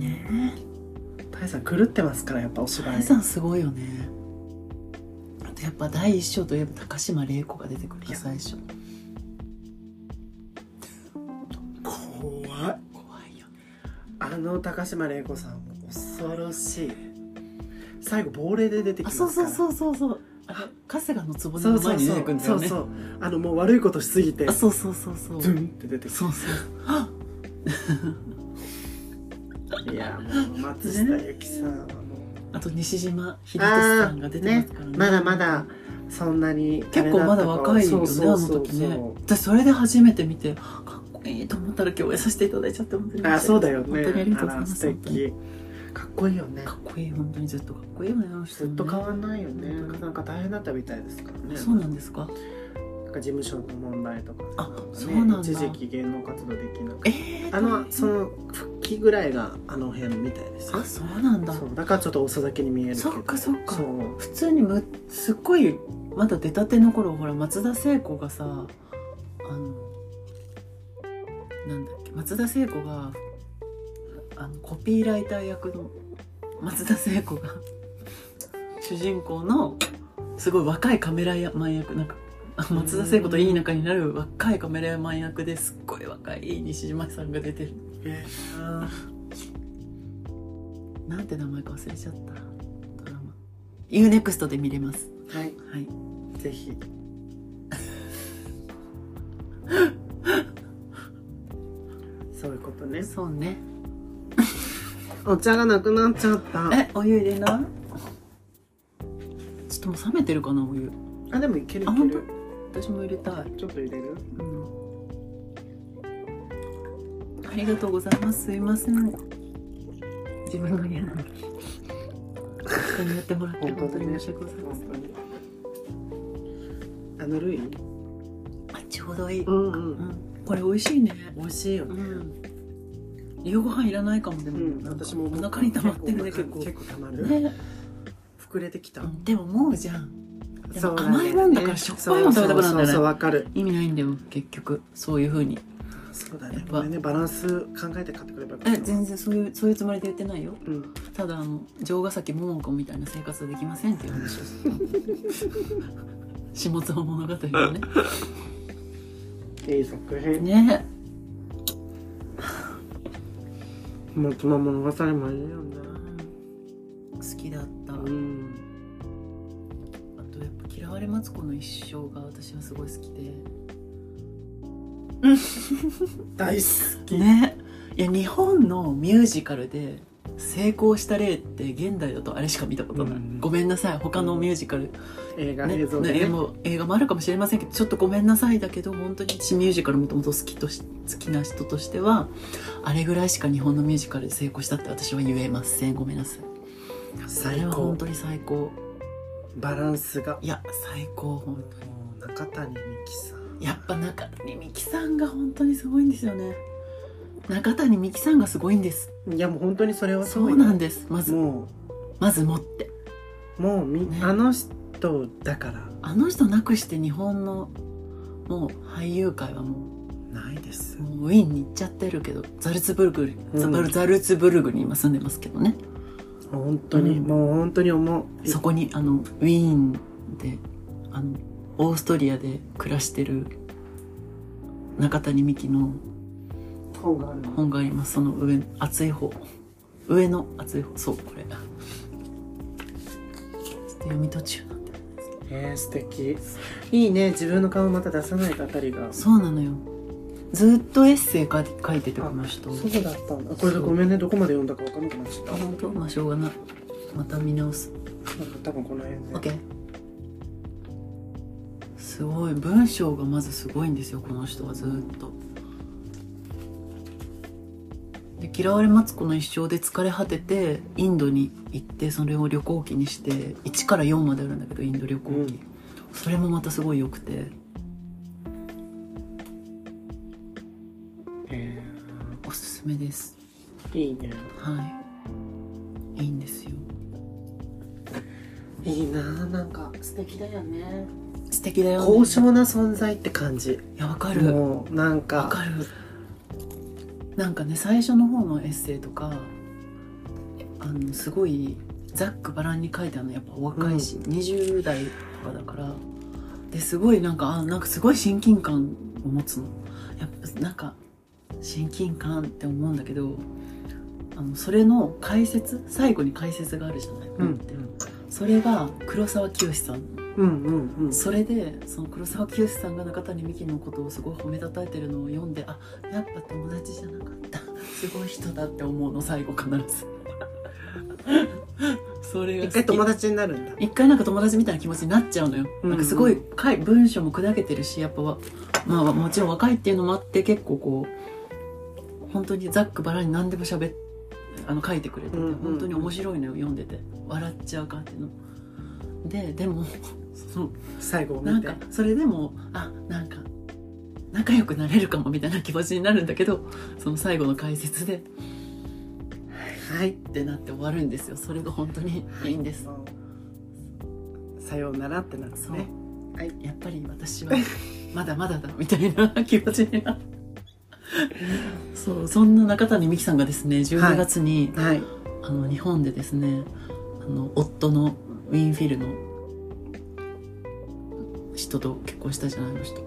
ね多江さん狂ってますからやっぱお芝多居江さんすごいよねあとやっぱ第1章といえば高島玲子が出てくるいよや最初怖い怖いよねあの高島玲子さんも恐ろしい最後亡霊で出てきあますそかうらそうそううそうそうあれ春日の壺そのうそ前うにそ出てうくんだそようねそうあのもう悪いことしすぎてあそうそうそうそうズンって出てくそうそう るいやもう松下由紀さんはもあと西島秀俊さんが出てますからねうまだまだそんなにあ結れだ構ったまだ若いよねそうそうあのそう時ねそう私それで初めて見てかっこいいと思ったら共演させていただいちゃって本当にあそうだよね本当にありがとうございあまらす素敵かっこいいよねかっこいい本当にずっとかっこいいわよずっと変わんないよねうんなんか大変だったみたいですからねそうなんですかなんか事務所の問題とかさあかねそうなんだ一時期芸能活動できなくえてー、あのその復帰ぐらいがあの辺みたいですよあそうなんだそうだからちょっと遅咲きに見えるけどそっかそっかそう普通にむすっごいまだ出たての頃ほら松田聖子がさあのなんだっけ松田聖子があのコピーライター役の松田聖子が主人公のすごい若いカメラマン役なんかあ松田聖子といい仲になる若いカメラマン役ですっごい若い西島さんが出てるえなんて名前か忘れちゃったドラマ UNEXT で見れますーはいはいぜひそういうことねそうねお茶がなくなっちゃったえ、お湯入れないちょっともう冷めてるかな、お湯。あでもいけるあいける私も入れたい。ちょっと入れるうん。ありがとうございます。すいません。自分の嫌なのに。人にやってもらって本当に申し訳ございません。本当にあのルイあ、ちょうどいい。うんうこれ美味しいね。美味しいようね、ん。夕ご飯いらないかもでうも、んなんか私もお腹に溜まってるね結構結構溜まる、ね、膨れてきた、うんでももうじゃんでもそうなんだよね甘いもんだからしょっぱいもん食べたくなるんだよねそうそうそうわかる意味ないんだよ結局そういう風にそうだやねっぱごめんねバランス考えて買ってくればよかっえた全然そういうそういうつもりで言ってないようんただあの城ヶ崎桃子みたいな生活はできませんっていう話をする下妻物語の ねいい作品、ねもうつまもの語りもいいよね好きだった、うんあとやっぱ「嫌われマツコの一生」が私はすごい好きで大好き、ねいや日本のミュージカルで成功した例って現代だとあれしか見たことない、うんごめんなさい他のミュージカル、映画ね映像でねねもう映画もあるかもしれませんけどちょっとごめんなさいだけど本当に私ミュージカルもともと好きとし好きな人としてはあれぐらいしか日本のミュージカルで成功したって私は言えませんごめんなさいあ最れは高本当に最高バランスがいや最高本当にもう中谷美紀さんやっぱ中谷美紀さんが本当にすごいんですよね中谷美紀さんがすごいんですいやもう本当にそれはすそごいうなんですまずもまず持ってうもうみ、ねあの人だからあの人なくして日本のもう俳優界はもうないですもうウィーンに行っちゃってるけどザルツブルグ、うんザルザルツブルグに今住んでますけどね本当に、うんもう本当に思うそこにあのウィーンであのオーストリアで暮らしてる中谷美紀の本があるの本がありますその上厚い方上の厚い方そうこれちょっと読み途中なんでえー、素敵いいね自分の顔また出さないとあたりがそうなのよずっとエッセイか書いててこの人そうだったんだこれでごめんねどこまで読んだか分かんなくなっちゃったあ本当まあしょうがないまた見直すなんか多分この辺で、 OK すごい文章がまずすごいんですよこの人はずーっと。で嫌われマツコの一生で疲れ果ててインドに行ってそれを旅行記にして1から4まであるんだけどインド旅行記、うんそれもまたすごい良くてえおすすめですー、いいねはいいいんですよいいなあなんか素敵だよね素敵だよ、ね、高尚な存在って感じいやわかるもうなんわかかるなんかね最初の方のエッセイとかあのすごいざっくばらんに書いてあるのやっぱお若いし、20代とかだからですごいなんかあなんかすごい親近感を持つのやっぱなんか親近感って思うんだけどあのそれの解説最後に解説があるじゃない、うんそれが黒沢清さんうんうんうんそれでその黒沢清さんが中谷美紀のことをすごい褒めたたえてるのを読んであやっぱ友達じゃなかったすごい人だって思うの最後必ずそれが一好き回友達になるんだ一回なんか友達みたいな気持ちになっちゃうのよ、うんなんかすごいかい文章も砕けてるしやっぱわ、まあ、もちろん若いっていうのもあって結構こう本当にざっくばらんに何でもしゃべあの書いてくれてて、うんうん本当に面白いのよ読んでて笑っちゃう感じの。ででも その最後をな見んてかそれでもあなんか仲良くなれるかもみたいな気持ちになるんだけどその最後の解説で「はい」ってなって終わるんですよそれが本当にいいんです。そうさようならってなってそうねやっぱり私 はまだまだだみたいな気持ちになるそうそんな中谷美紀さんがですね12月に、はいあの日本でですねあの夫のウィンフィルの人と結婚したじゃないの人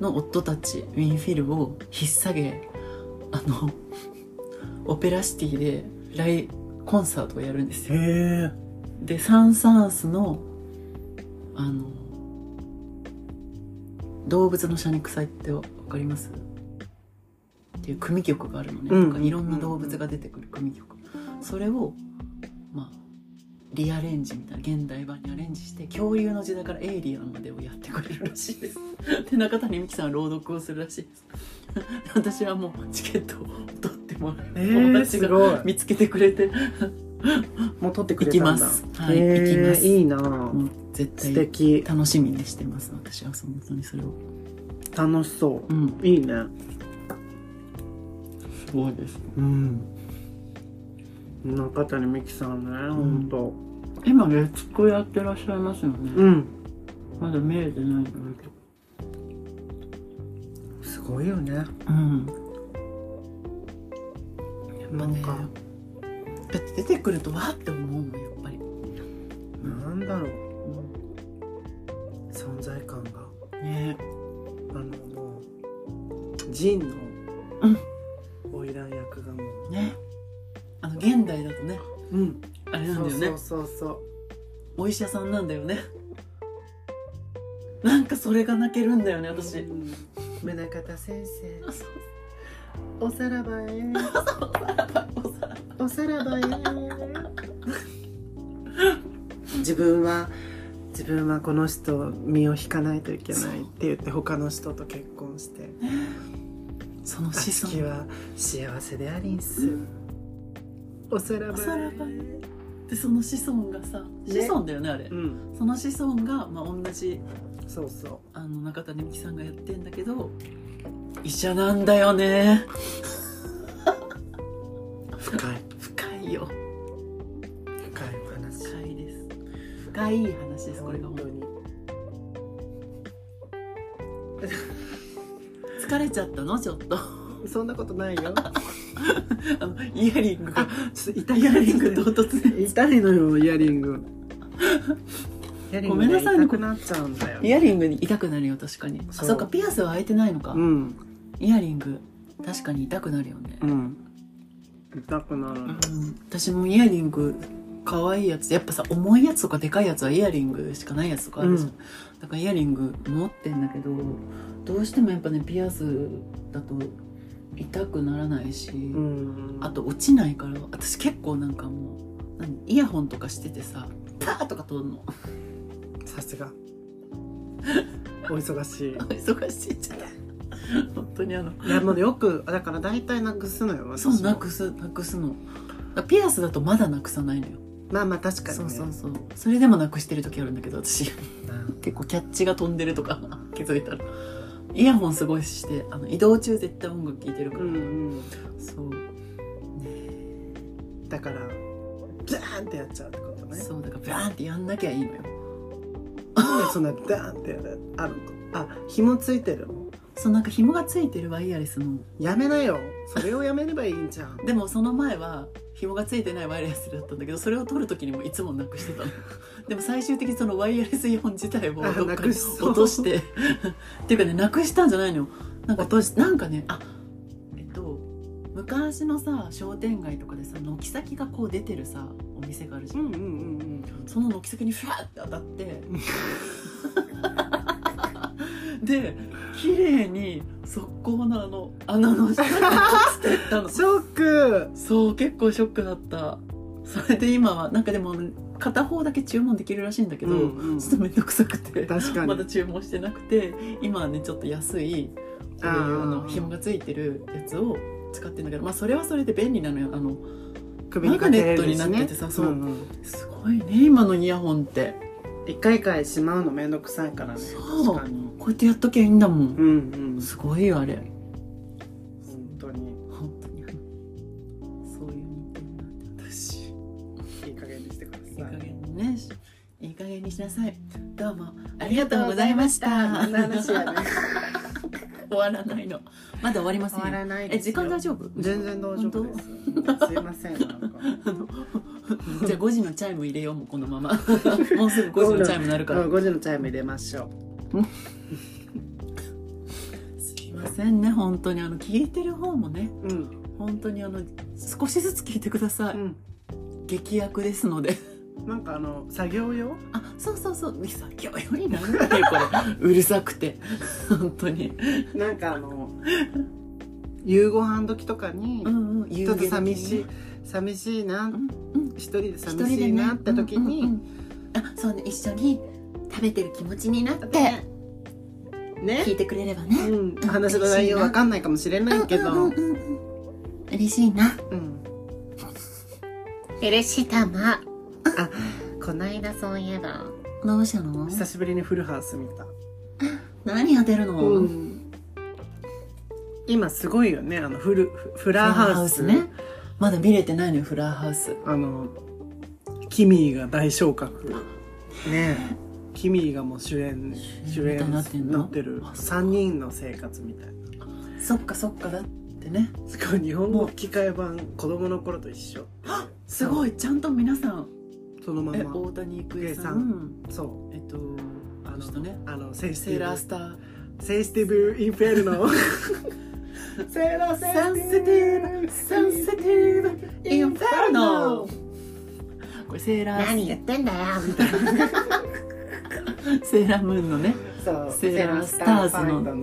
の夫たちウィンフィルを引っ提げあのオペラシティでライコンサートをやるんですよ。えでサン・サーンスのあの動物の謝肉祭ってわかりますっていう組曲があるのね、うんなんかいろんな動物が出てくる組曲、それをまあリアレンジみたいな現代版にアレンジして恐竜の時代からエイリアンまでをやってくれるらしい ですで中谷美紀さんは朗読をするらしいです 私はもうチケットを取ってもらう、えー、すごい見つけてくれてもう撮ってく行れきたまんだす。はい、へ行きーます。いいなぁもう絶素対敵楽しみにしてます。私は本当にそれを。楽しそうん、ういいねすごいです。うん中谷美紀さんね、んほ今月9やってらっしゃいますよんとね。うんまだ見れてないのすごいようねん。やっぱなんね。かだって出てくるとわーって思うもんやっぱり。なんだろうう存在感がん、ね。あのもうジンのうん花魁役がもうね。あの現代だとね、うんあれなんそだうよね。そうそうそうお医者さんなんだよね。なんかそれが泣けるんだよね、私。うん宗像先生あそうおさら ばへお皿おさらばへ自分は自分はこの人身を引かないといけないって言って他の人と結婚してその子式孫は幸せでありんすおさらおばへさらばへでその子孫がさね子孫だよねあれ、うんその子孫が、まあ、同じそうそあの中谷美紀さんがやってんだけど医者なんだよねう深い深いよ深いお話深いです深い話ですこれが本本当当にに疲れちゃったのちょっとあそんなこと ないよのイヤリングがちょっと 痛イいヤリング唐突で痛いのよイヤリングイヤリングごめねんなさいね痛くなっちゃうんだよイヤリングに痛くなるよ確かにあそうそうかピアスは開いてないのか、うんイヤリング確かに痛くなるよねうん痛くなるのうん私もイヤリング可愛いやつやっぱさ重いやつとかでかいやつはイヤリングしかないやつとかあるじゃん、うだからイヤリング持ってんだけどどうしてもやっぱねピアスだと痛くならないし、うんあと落ちないから私結構なんかもう何イヤホンとかしててさパーとか通るの さすが お忙しい忙しいじゃない 本当にあのいやもうよくだから大体なくすのよ私そもうなくすなくすのだからピアスだとまだなくさないのよまあまあ確かにねそうそうそうそれでもなくしてる時あるんだけど私うん結構キャッチが飛んでるとか 気づいたらイヤホンすごいしてあの移動中絶対音楽聴いてるから、うんそううんだからダーンってやっちゃうってことねそうだからバーンってやんなきゃいいのよなんでそんなダーンってやるあるのあ紐ついてるのそうなんか紐がついてるワイヤレスのやめなよそれをやめればいいん じゃんでもその前は紐がついてないワイヤレスだったんだけどそれを取る時にもいつもなくして たのでも最終的にそのワイヤレスイヤホン自体をどあっなかにくしそう落として っていうかねなくしたんじゃないのよなんか落としなんかねあえっと昔のさ商店街とかでさ軒先がこう出てるさお店があるじゃん、うんうんうんその軒先にフワって当たって で綺麗に側溝のあの穴の下に落ちてったうのんショックそう結構ショックだったそれで今はなんかでも片方だけ注文できるらしいんだけど、うんうんちょっと面倒くさくて確かまにだ注文してなくて今はねちょっと安いこういうあの紐がついてるやつを使ってんだけど、まあ、それはそれで便利なのよあの首にかけれマグるネんットになですっねててさそうんんすごいね今のイヤホンって一回一回しまうのめんどくさいからねそう確かにこうやってやっときゃいいんだもん、うんうんすごいよあれ本当に本当にそういう人間なんだ私いい加減にしてくださいいい加減にねしいい加減にしなさいどうもありがとうございました ありがとうございましたこんな話はね終わらないのまだ終わりません終わよらないですえ時よ間大丈夫全然大丈夫ですすいませんなんかじゃあ5時のチャイム入れようもうこのま まもうすぐ5時のチャイムなるから5時のチャイム入れましょすいませんね本当にあの聞いてる方もねううん本当にあの少しずつ聞いてください、う劇薬ですのでんなんかあの作業用あそうそうそうさ今日よりなんだよこれうるさくて本当になんかあの夕ご飯時とかにんうんちちょっと寂しい寂しいな一人で一人で寂しいなってね時うんうにんうんあそうね一緒に食べてる気持ちになってね聞いてくれればねうん話の内容わかんないかもしれないけうんうどんうんうん嬉しいなうん嬉しいたまあこないだそういえばどうしたの久しぶりにフルハウス見た何やってるの、うん今すごいよねあのフルフフフラーハウスねまだ見れてないのよフラーハウスあのキミーが大昇格ねえキミーがもう主演主主演みたい演になってんのなってる3人の生活みたいなそっかそっかだってねすごい日本語吹き替え版子供の頃と一緒すごいちゃんと皆さんそのまえま大谷育英さんさんそうえっとあの人ねあのセイステセィーラブースターセイスティブインフェルノセーラーサンセティブサンセティブインフェルノこれセーラ何ー言ってんだよみたいなセーラームーンのねそうセーラースター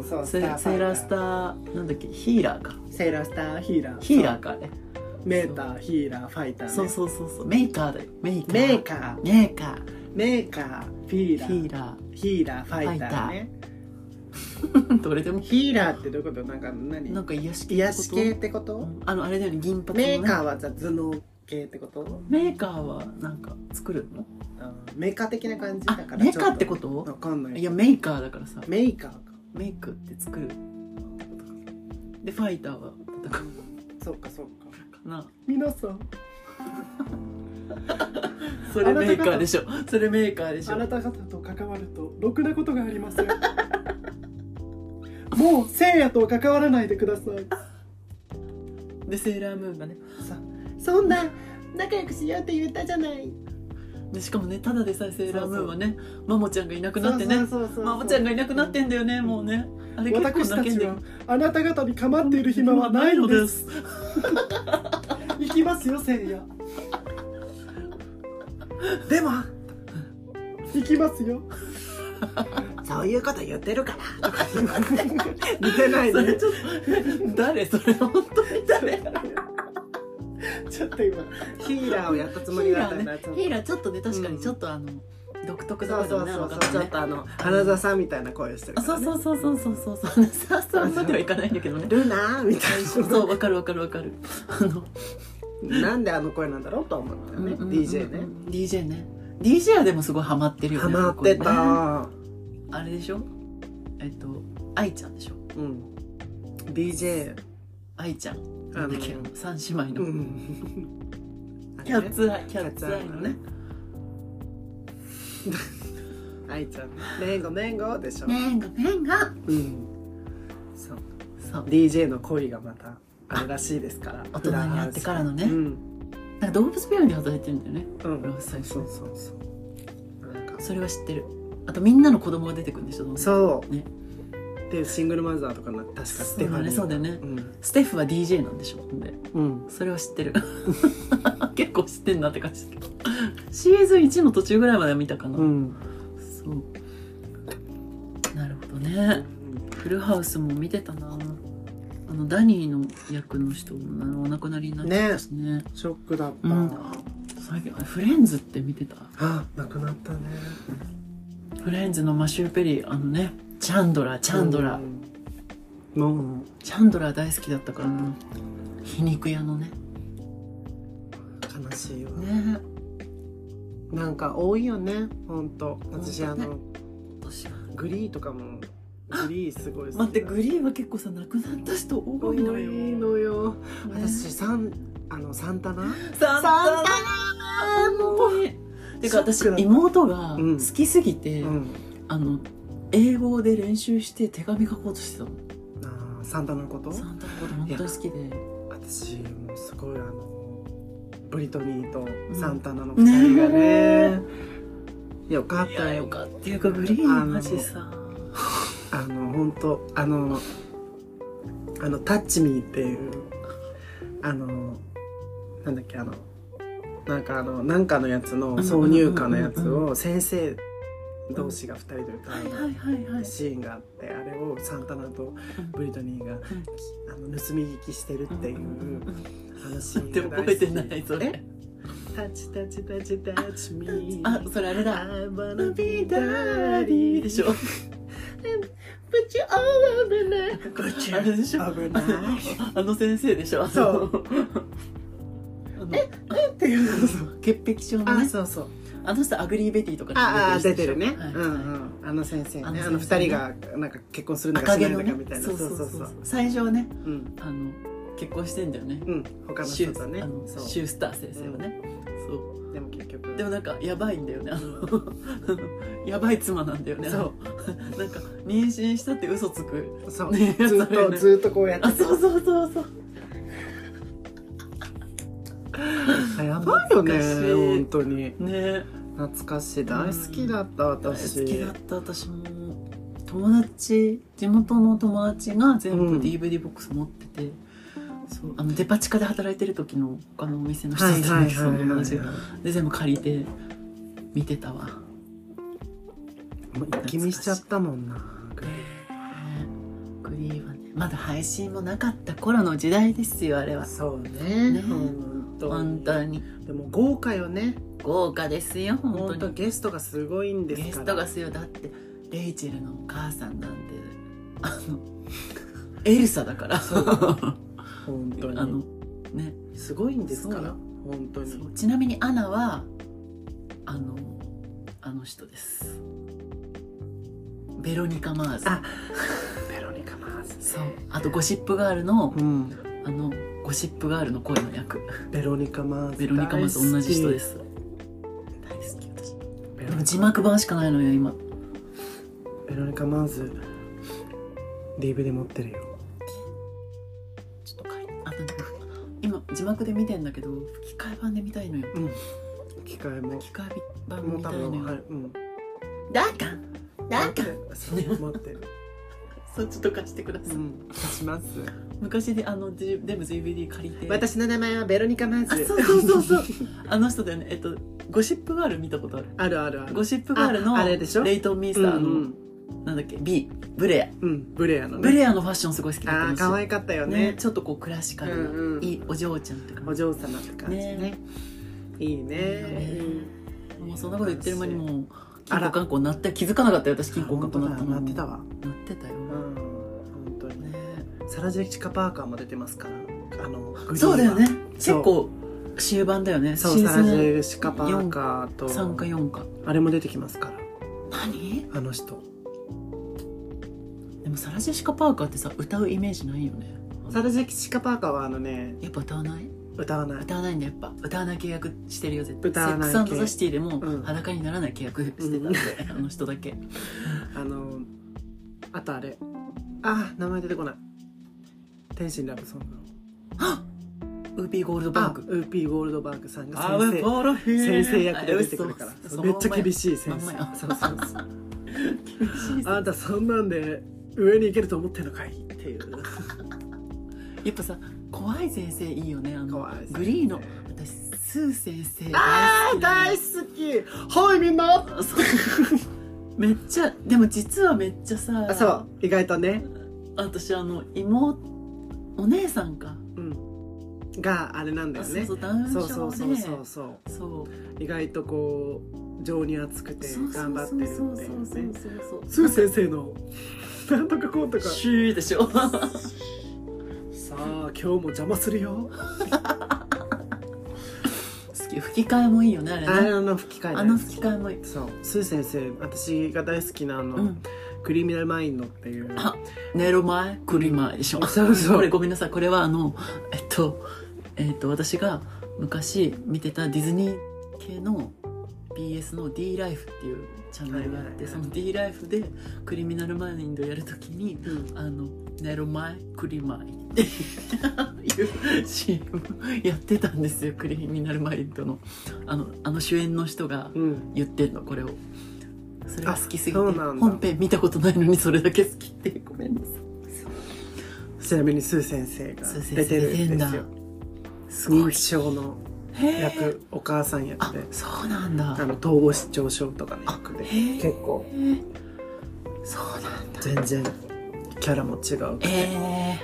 ズのセセーラースターなんだっけヒーラーかセーラースターヒーラーヒーラーかあれそうメーターヒーラーファイターねそうそうそうそうメーカーだよメーカーメーカーメーカメーカーヒーーラヒーーラヒーラーファイターねーどれでもヒーラーってどういうことなんか何なんか癒し系って癒ことし系ってことあのあれだよね銀髪のメねーカーはじゃあ頭脳系ってことメーカーはなんか作るのあメーカー的な感じだあからメーカーってこちょっわとかんないいやメーカーだからさメーカーかメイクって作るでファイターは戦うそうかそうかかな皆さんそれメーカーでしょそれメーカーでしょた方と関わるとろくなことがありません もう聖夜とは関わらないでくださいでセーラームーンがねそんな仲良くしようって言ったじゃないでしかもねただでさえセーラームーンはねマモちゃんがいなくなってそうねそうそうそうマモちゃんがいなくなってんだよねもうねあれ結構私た泣けんちだはよあなた方に構っている暇はないのですす行きますよ聖 夜でも行きま すよそういうこと言ってるから似てないそねれちょっと誰それ本当に誰ちょっと今ヒーラーをやったつもりだったんだヒーラーねヒーラーちょっとね確かにちょっとあの、独特だったそうよそうねそ分うかっそう、たちょねっとあの花澤さんみたいな声をしてるあから、そうね、そうそうそうそうそうそうそうそうまではいかないんだけどねルナーみた いなそうわかるわかるわかるあの、なんであの声なんだろうと思ったよね、DJ ね DJ ね DJ はでもすごいハマってるよハねマってここた、ねあれでしょえっと愛ちゃんでしょうん DJ 愛ちゃんなあのんだっけ三姉妹うの、んキャッツアイあれねキャッツアイのね愛ちゃんねメンゴメンゴでしょ、めんごめんごうんそうそう DJ の恋がまたあれらしいですから大人になってからのね、うんなんか動物病院で働いてるんだよねう俺んは最初そうそうそうなんかそれは知ってるあとみんなの子供が出てくるんでしょどんどんそう、ねでシングルマザーとかな確かステファニーそうだねそううんステフは DJ なんでしょほんでうんそれは知ってる 結構知ってんなって感じシーズン1の途中ぐらいまでは見たかな、うんそうなるほどねフルハウスも見てたなあのダニーの役の人もなお亡くなりになっちゃったしねショックだった、うん最近フレンズって見てたあ亡くなったねフレンズのマシュー・ペリーあのねチャンドラーチャンドラー、うんもチャンドラー大好きだったからな皮肉屋のねう悲しいわ、ねなんか多いよねほんと私あほんとねの私はグリーとかもグリーすごい好き待ってグリーンは結構さ亡くなった人多多いいののよよ私私サンあのサンタナサンタナサン本当にてか私ショックだった妹がうん好きすぎて、んあの英語で練習して手紙書こうとしてたのあーサンタナのことサンタのこと本当に好きで私もうすごいあのブリトニーとサンタナの二人がね,、よかっいたやよよかったっていうかグリーンマジさあの本当あのあの「タッチミー」っていうあのなんだっけあのなんかあのなんかのやつの挿入歌のやつうんうんうんを先生同士が二人で歌はういはいはいはいシーンがあってあれをサンタナとブリトニーが、あの盗み聞きしてるっていう話が大 好きでも覚えてないそれ「タッチタッチタッチタッチミー」あそれあれだ I wanna be daddy でしょ But you all over me. あれでしょ危ないあの先生でしょそうあのっていう潔癖症のあねそうそうあの人アグリーベティとかにああ出出ててるるね、人でしょはういんうんあの先生ねあの先生ねあの二人がなんか結婚するのか赤しな毛いののかねみたいなそそううそそううそそううそう最初はねうんあの結婚してんだよねうん他のシュ人ーとあねのそシュースター先生はねそうでも結局うでもなんかやばいんだよねあの やばい妻なんだよねそううなんか妊娠したって嘘つくそう、ねずっそれとね ずっとこうやってあそうそうそうそうやばいよね懐かしい本当にね懐かしい大好きだった大私好きだった私も友達地元の友達が全う部ん DVD ボックス持ってて、そうあのデパ地下で働いてる時の他のお店の人はいたはいちはいの友は達がいで全部借りて見てたわもう一気見しちゃったもんなグリーンはねまだ配信もなかった頃の時代ですよあれはそうねね本当本当にでも豪華よね豪華ですよ本本当当にゲストがすごいんですからゲストがすよだってレイチェルのお母さんなんてあの エルサだから そう本当あのにねすごいんですかそうらよ本当そにうちなみにアナはあのあの人ですベロニカ・マーズあベロニカ・マーズそうあとゴシップガールのうんあのゴシップガールの声の役ベロニカ・マーズベロニカ・マーズ同じ人ですす大好き私ベでもロニカ字幕版しかないのよ今ベロニカ・マーズ DVD 持ってるよちょっと帰りあなんか今字幕で見てんだけど吹き替え版で見たいのよ機械も吹き替え版もう見多たいの分よ、はいうんなんかなんかそう持ってるそうちょっと貸してください、んします昔であのででも DVD 借りて私の名前はベロニカ・マーあズそうそうそうそう あの人だよねえっとゴシップガール見たことある あるあるあるゴシップガールのああれでしょレイトン・ミンスうんターうの、んなんだっけ B ブレうんブレアアのブねレアのファッションすごい好きだったんあーですよ可愛かったよねねちょっとこうクラシカルな、うんうんいいお嬢ちゃんとかお嬢様って感じねねいいねもうそんなこと言ってる間にもうあ金ら庫観光なった気づかなかったよ私金庫観本当光なだったのなってたわなってたよ、うん本当にねねサラ・ジェシカ・パーカーも出てますからあのグリーンはそうだよね結そう構終盤だよねそうシーサラ・ジズェシカ・パーカーとン3か4かあれも出てきますから何あの人でもサラ・ジェシカ・パーカーってさ歌うイメージないよねサラ・ジェシカ・パーカーはあのねやっぱ歌わない歌わない歌わないんだやっぱ歌わない契約してるよ絶対歌わないセックスザ・シティでもうん裸にならない契約してたんで、 あの人だけあのあとあれあー名前出てこない天心ラブソングのウーピー・ゴールドバあーグウーピー・ゴールドバーグさんがあ先生先生役で出てくるからめっちゃ厳しいしい先まんま 生やそうそうそう厳しいあんたそんなんで上に行けると思ってんのかいっていうやっぱさ怖い先生いいよねあの怖い先生グリーンの私スー先生あー大好好きはいみんなきそうめっちゃでも実はめっちゃさあそう意外とね私あの妹お姉さんか、うんがあれなんだあよそうねそうダウン症そうでそうそうそうそうそう意外とこう情に厚くて頑張ってるそうってそういそううねそうそうスー先生のなんとかこうとかさシューでしょあ今日も邪魔するよ好き吹き替えもいいよねあれねあの吹き替えあの吹き替えもいい、そうスー先生私が大好きなあの、うん、クリミナルマインドっていうあ寝る前来る前でしょそうそうこれごめんなさいこれはあのえっとえっと私が昔見てたディズニー系の BS の D ライフっていうチャンネルがあっはいはいはていその D ライフでクリミナルマインドやるときにうんあの寝る前クリマイって いう CM やってたんですよクリミナルマインドのあのあの主演の人がうん言ってんのこれをそれが好きすぎてあそうなんだ本編見たことないのにそれだけ好きってごめんなさいちなみにスー先生がスー先生出てる出てんんでだすよす認知症のへえ役お母さん役あでそうなんだあの統合失調症とかの役でへー結構へえそうなんだ全然キャラも違うえ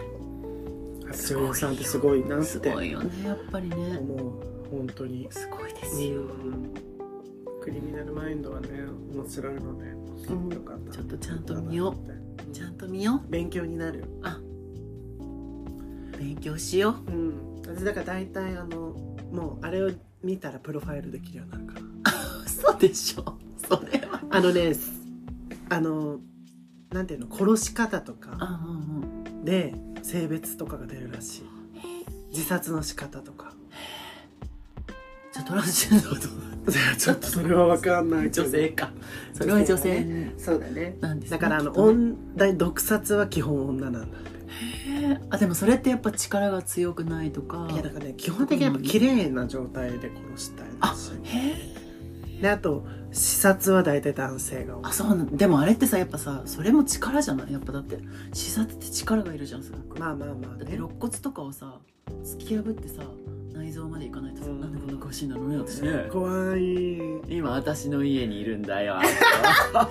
八王子さんってすごいなえっすてごいよねやっぱりね思う本当にすごいですよ、うんクリミナルマインドはね面白いのでうんよかったちょっとちゃんと見ようちゃんと見よ勉強になるう勉強しよううん私だから大体あのもうあれを見たらプロファイルできるようになるから嘘でしょそれはあのねあのなんていうの殺し方とかうんで性別とかが出るらしい自殺の仕方と かじゃあトランスジェンダーのちょっとそれは分かんないけど女性かそれは女性そうだねなんですねだからあの、きっとね女毒殺は基本女なんだへえあでもそれってやっぱ力が強くないとかいやだからね基本的にやっぱ綺麗な状態で殺したいらあしへえいであと視察は大体男性が多いあそうなんでもあれってさやっぱさそれも力じゃないやっぱだって視察って力がいるじゃんすごくまあまあまあだってね肋骨とかをさ突き破ってさ内臓までいかないとさ、うんなんでこんな詳しいんだろうね私ね怖い今私の家にいるんだよ何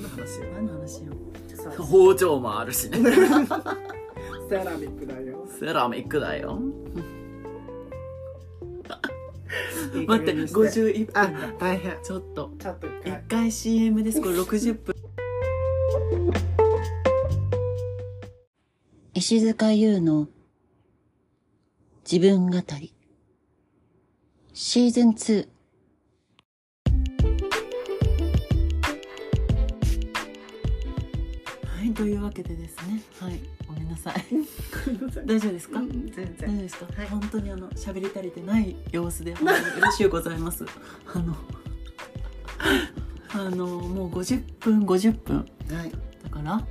の話よ何の話よそう 包丁もあるしねセラミックだよセラミックだよいい加 待って減にして51あ分だ大変ちょっとちょっと一一回回 CM ですこれ60分石塚優の自分語りシーズン2はいというわけでですねはいごめんなさい 大丈夫ですか、全大丈然夫ですか、はい本当にあの喋り足りてない様子で本当に嬉しゅうございます あのあのもう50分50分はいだから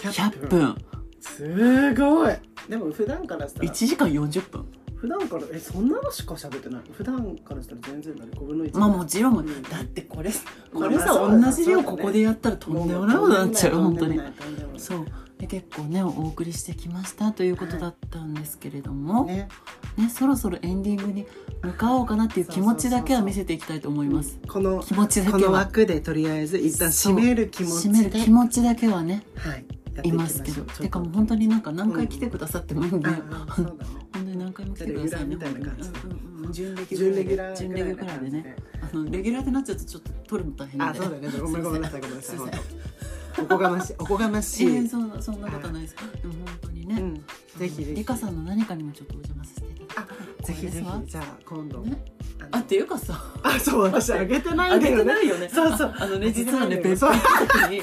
100 100分分すごいでも普段からしたら1時間40分普段からえそんなのしか喋ってない普段からしたら全然だね5分の1まあもちろん、うんだってこれまこあれさ、まあそうだ同じ量そうだこねこでやったらとんでもないことになっちゃうも本も当とんでにもないとんでもないそうで結構ねお送りしてきましたということだったんですけれども、ねね、そろそろエンディングに向かおうかなっていう気持ちだけは見せていきたいと思いますこの気持ちだこけのは枠でとりあえず一旦そう締める気持締めちるで気持ちだけはねはいやっていいきまましすょうけどちょっとてかもう本当になんか何回来てくださってもいいんで、あ本あそうだね当に何回も来てくださいねレギュラーみたいな感じ本当にうんうんうん準レギ準レギュュララーー準ぐレギらいュなラー感でじねあのレギュラーってなっちゃうとちょっと取るの大変なんあでそうだねごめんごめんなさいごめんなさすいい本ません当おこがましいおこがましええいそんなそんなことないです、でも本当にね、うんぜひぜリひカさんの何かにもちょっとお邪魔させていただきたいぜひぜこれひですじゃあ今度わねあのあっていうかさあそう私あげてないあんだげてよねないよねそうそうあのね実はねあ別げてないんだ府行よった時に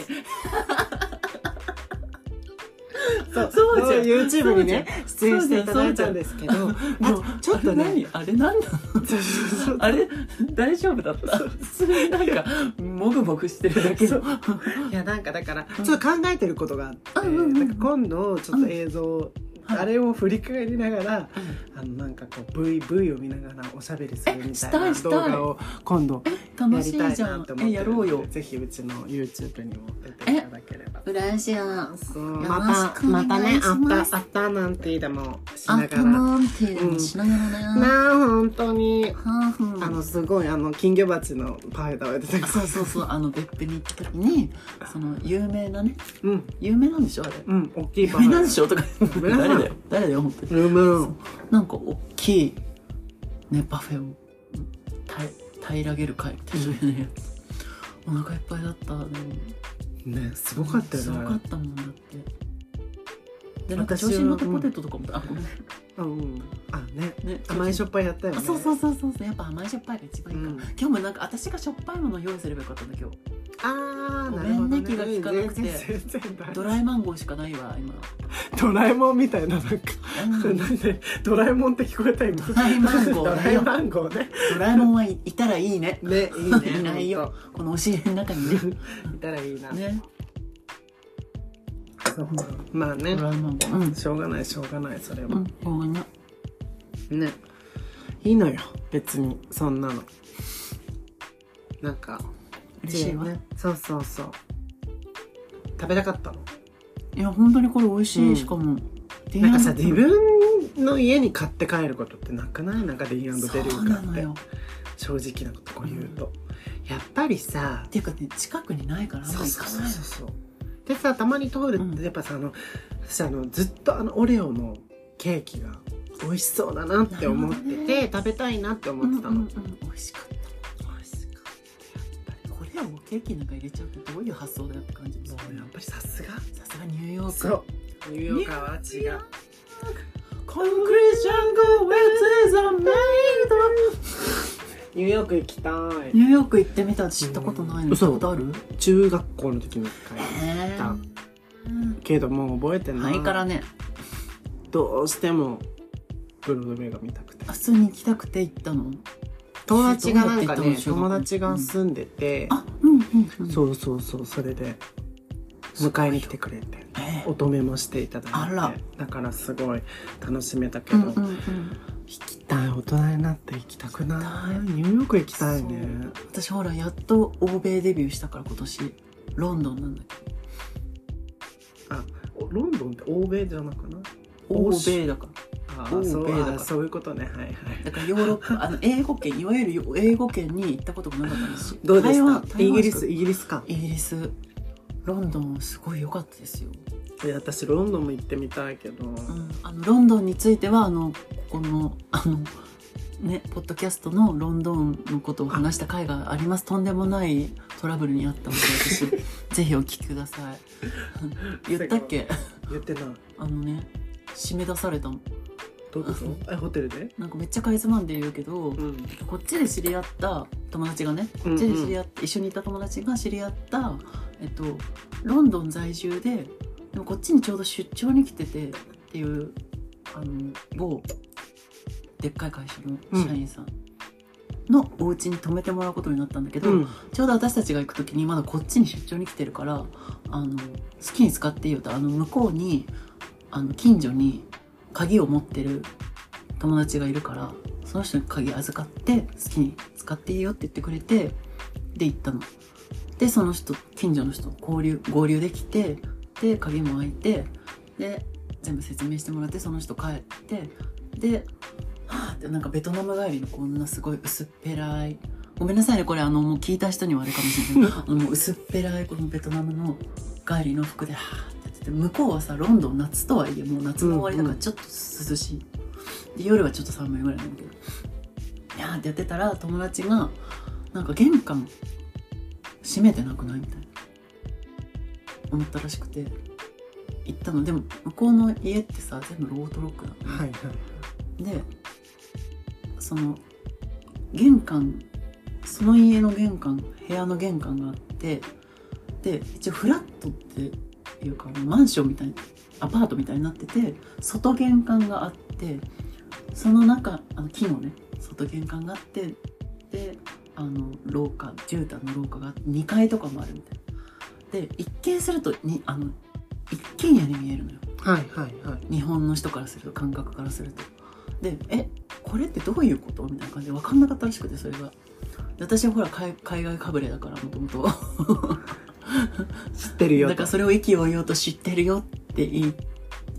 そうそうじゃん YouTube にねそ出うじゃん演していただいたんですけどもうあちょっとあれ 何ねあれなんだそうそうそうあれ大丈夫だったすごいなんかもぐもぐしてるだけそうのはいやなんかだからちょっと考えてることがあって、うんうんうんなんか今度ちょっと映像あれを振り返りながらあのなんかこう VV を見ながらおしゃべりするみえたいなしたい動画を今度や楽しりたいいじゃなんと思っえてるのでやろうよぜひうちの YouTube にも出ていただければ浦安市はそうよろしまくたおま願いしますたねあったあったなんてでもしあなったがらなーっていうのもしながらね、なあ本当にはーはーあのすごいあの金魚鉢のパウダーを出てくそうそうそうあの別府に行った時にその有名なねううん有名なんでしょあれうん大きい有パウ名なダんでーしょとか有名な誰のだよ誰だよ本当にうんうんなんか大きいねパフェをた平らげる会みたいなねお腹いっぱいだったのねすごかったよすごかっねたもんだってでなんか私調は子に乗ってポテトとかもあごめんあうんあねね甘いしょっぱいやったよねあそうそうそうそうそうやっぱ甘いしょっぱいが一番いいか、うん今日もなんか私がしょっぱいものを用意すればよかったんだ今日あーごなめるほんどねね気が利かなくて全然大ド丈ライマンゴーしかないわ今夫ドラえもんみたいななんかうんなんでドラえもんって聞こえた今 ドラえマンゴードラえマンゴーねドラえもんはいいたらいいねねいいねい ないよこの押し入れの中にね本当いたらいい な、ねそうまあねドラえもんがうんしょうがないしょうがないそれは、うんごめんねねいいのよ別にそんなのなんか嬉しいわ違うねそうそうそう食べたかったのいや本当にこれ美味しい、うんしかもなんかさ自 D&D 分の家に買って帰ることってなくないなんか D&D ルそーうカなーっのてよ正直なことこう言うと、やっぱりさっていうかね近くにないからあんまそう行そうかそうないのそうでさたまに通るってやっぱさ、あの私あのずっとあのオレオのケーキが美味しそうだなって思ってなるほどて、ね食べたいなって思うんってうんたうの、ん美味しかった美味しかったやっぱりこれをケーキなんか入れちゃうってどういう発想だよって感じもすもうるやよっぱりさすがさすがニューヨークそうニューヨーカーは違うコンクリシャンゴー with is made ニューヨーク行きたいニューヨーク行ってみたら知ったことないのうん行ったことある中学校の時に一回えうたんけどもう覚えてな、はいいからねどうしてもブロードウェイが見たくて普通に行きたくて行ったの友達がなんかどうやねって行ったの友達が住んでて、あうんうんうんそうそうそうそれで迎えに来てくれてええお止めもしていただいてあらだからすごい楽しめたけうど、んうんうん行きたい大人になって行きたくないニューヨーク行きたいねそう私ほらやっと欧米デビューしたから今年ロンドンなんだけどあロンドンって欧米じゃなくない欧米だからあ欧ー米そうだからあーそういうことねはいはいだからヨーロッパあの英語圏いわゆる英語圏に行ったこともなかったんですしどうで台し湾た台イ湾ギリスイギリスかイギリスロンドンすごい良かったですよ、いや私ロンドンも行ってみたいけど、うん、あのロンドンについてはあのここの あのねポッドキャストのロンドンのことを話した回がありますとんでもないトラブルにあったので 私ぜひお聞きください言ったっけ言ってないあのね締め出されたのどういうことえホテルでなんかめっちゃかいつまんで言うけど、うんこっちで知り合った友達がねこっちで知り合って、一緒にいた友達が知り合った、えっと、ロンドン在住ででもこっちにちょうど出張に来ててっていうあの某でっかい会社の社員さんのお家に泊めてもらうことになったんだけど、うんちょうど私たちが行く時にまだこっちに出張に来てるからあの好きに使っていいよとあの向こうにあの近所に鍵を持ってる友達がいるからその人に鍵預かって好きに使っていいよって言ってくれてで行ったの。でその人近所の人と交流合流できてで鍵も開いてで全部説明してもらってその人帰ってではぁってなんかベトナム帰りのこんなすごい薄っぺらいごめんなさいねこれあのもう聞いた人にはあれかもしれない あのもう薄っぺらいこのベトナムの帰りの服ではぁってやってて向こうはさロンドン夏とはいえもう夏の終わりだからちょっと涼しい、で夜はちょっと寒いぐらいなんだけどいやーってやってたら友達がなんか玄関閉めてなくないみたいな思ったらしくて行ったのでも向こうの家ってさ全部ロートロックなのはいはいでその玄関その家の玄関部屋の玄関があってで一応フラットっていうかマンションみたいなアパートみたいになってて外玄関があってその中あの木のね外玄関があってであの廊下絨毯の廊下があって2階とかもあるみたいな。で一見するとにあの一軒家に見えるのよはいはいはい日本の人からすると感覚からするとでえこれってどういうことみたいな感じで分かんなかったらしくてそれがで私はほら海海外かぶれだからもともと知ってるよだからそれを意気揚々と知ってるよって言い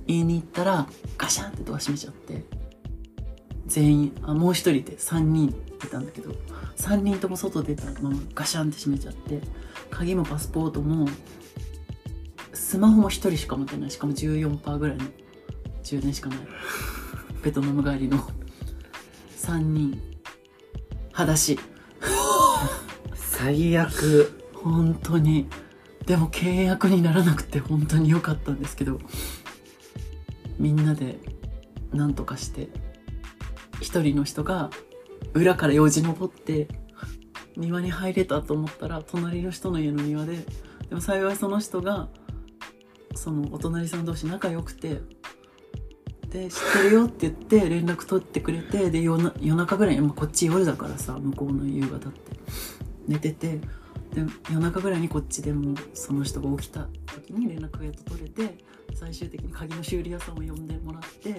言いに行ったらガシャンってドア閉めちゃって全員あもう一人いて3人いたんだけど3人とも外出たままガシャンって閉めちゃって鍵もパスポートもスマホも1人しか持ってないしかも14%ぐらいの充電しか ないベトナム帰りの3人裸足最悪 本当にでも契約にならなくて本当に良かったんですけどみんなで何とかして一人の人が裏からよじ登って庭に入れたと思ったら隣の人の家の庭ででも幸いその人がそのお隣さん同士仲良くてで知ってるよって言って連絡取ってくれてで夜な夜中ぐらいに、まあ、こっち夜だからさ向こうの夕方って寝ててで夜中ぐらいにこっちでもその人が起きた時に連絡がやっと取れて最終的に鍵の修理屋さんを呼んでもらって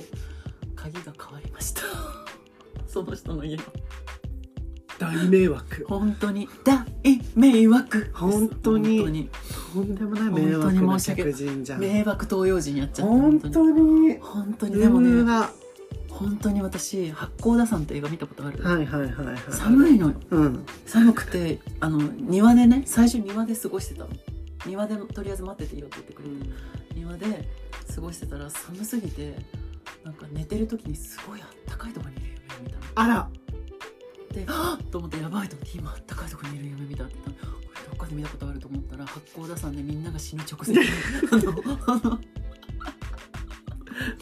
鍵が変わりました その人の家の大迷惑本当に大迷惑です本当に本当にとんでもない迷惑な本当に申し訳客人じゃん迷惑東洋人やっちゃった本に当に本当にでルーもムねが本当に私八甲田山って映画見たことある、はいはいはいはい寒いのようん寒くてあの庭でね最初庭で過ごしてたの庭でとりあえず待ってていいよって言ってくれて庭で過ごしてたら寒すぎてなんか寝てる時にすごいあったかいとこにいる夢見たのあらではっと思ってやばいと思って今あったかいとこにいる夢見たって言ったのこれどっかで見たことあると思ったら八甲田山でみんなが死ぬ直前にあのあの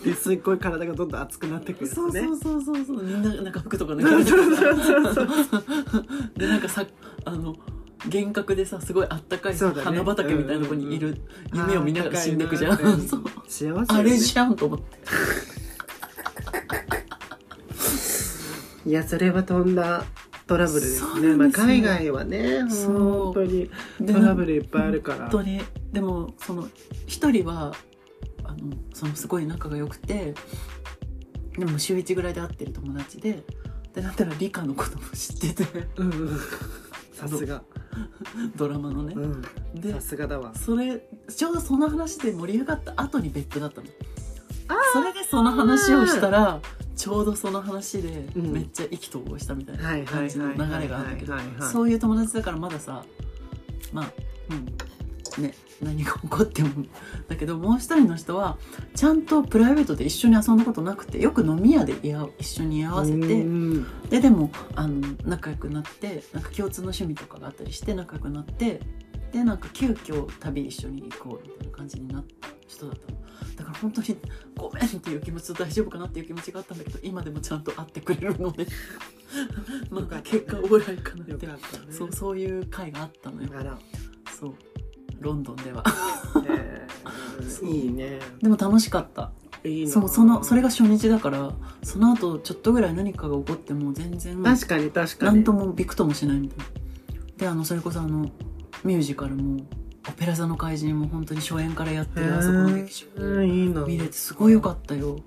ですっごい体がどんどん熱くなってくるやつねそうそうそうそうそうみんななんか服とか脱そうそうそうそうでなんかさあの幻覚でさすごいあったかいそうだね花畑みたいなとこにいる夢を見ながら死んでくじゃあー高いんなそう幸せあれですねじゃんと思っていやそれは飛んだトラブルでそうすねなまあんですよ海外はねそう本当にでトラブルいっぱいあるから本当にでもその一人はあのそのすごい仲が良くてでも週一ぐらいで会ってる友達ででなんたら理科のことも知って てうんうんさすがドラマのねう、んでさすがだわそれちょうどその話で盛り上がった後に別府だったのそれでその話をしたらちょうどその話でうんめっちゃ意気投合したみたいはないはい感はいじのは流いはいれがあるんだけどはいはいそういう友達だからまださまあうんね何が起こってもだけどもう一人の人はちゃんとプライベートで一緒に遊んだことなくてよく飲み屋で居合一緒に居合わせてうんででもあの仲良くなってなんか共通の趣味とかがあったりして仲良くなってでなんか急遽旅一緒に行こうみたいな感じになった人だったのだから本当にごめんっていう気持ちと大丈夫かなっていう気持ちがあったんだけど今でもちゃんと会ってくれるの でまあ結果オーライかなよってかったねそうそういう会があったのよあらそうロンドンではえーいいねでも楽しかったいいなそうそのそれが初日だからその後ちょっとぐらい何かが起こっても全然確かに確かなんにともびくともしないみたいな。であのそれこそあのミュージカルも「オペラ座の怪人」も本当に初演からやってるあそこの劇へ場ーいいな見れてすごい良かったよ。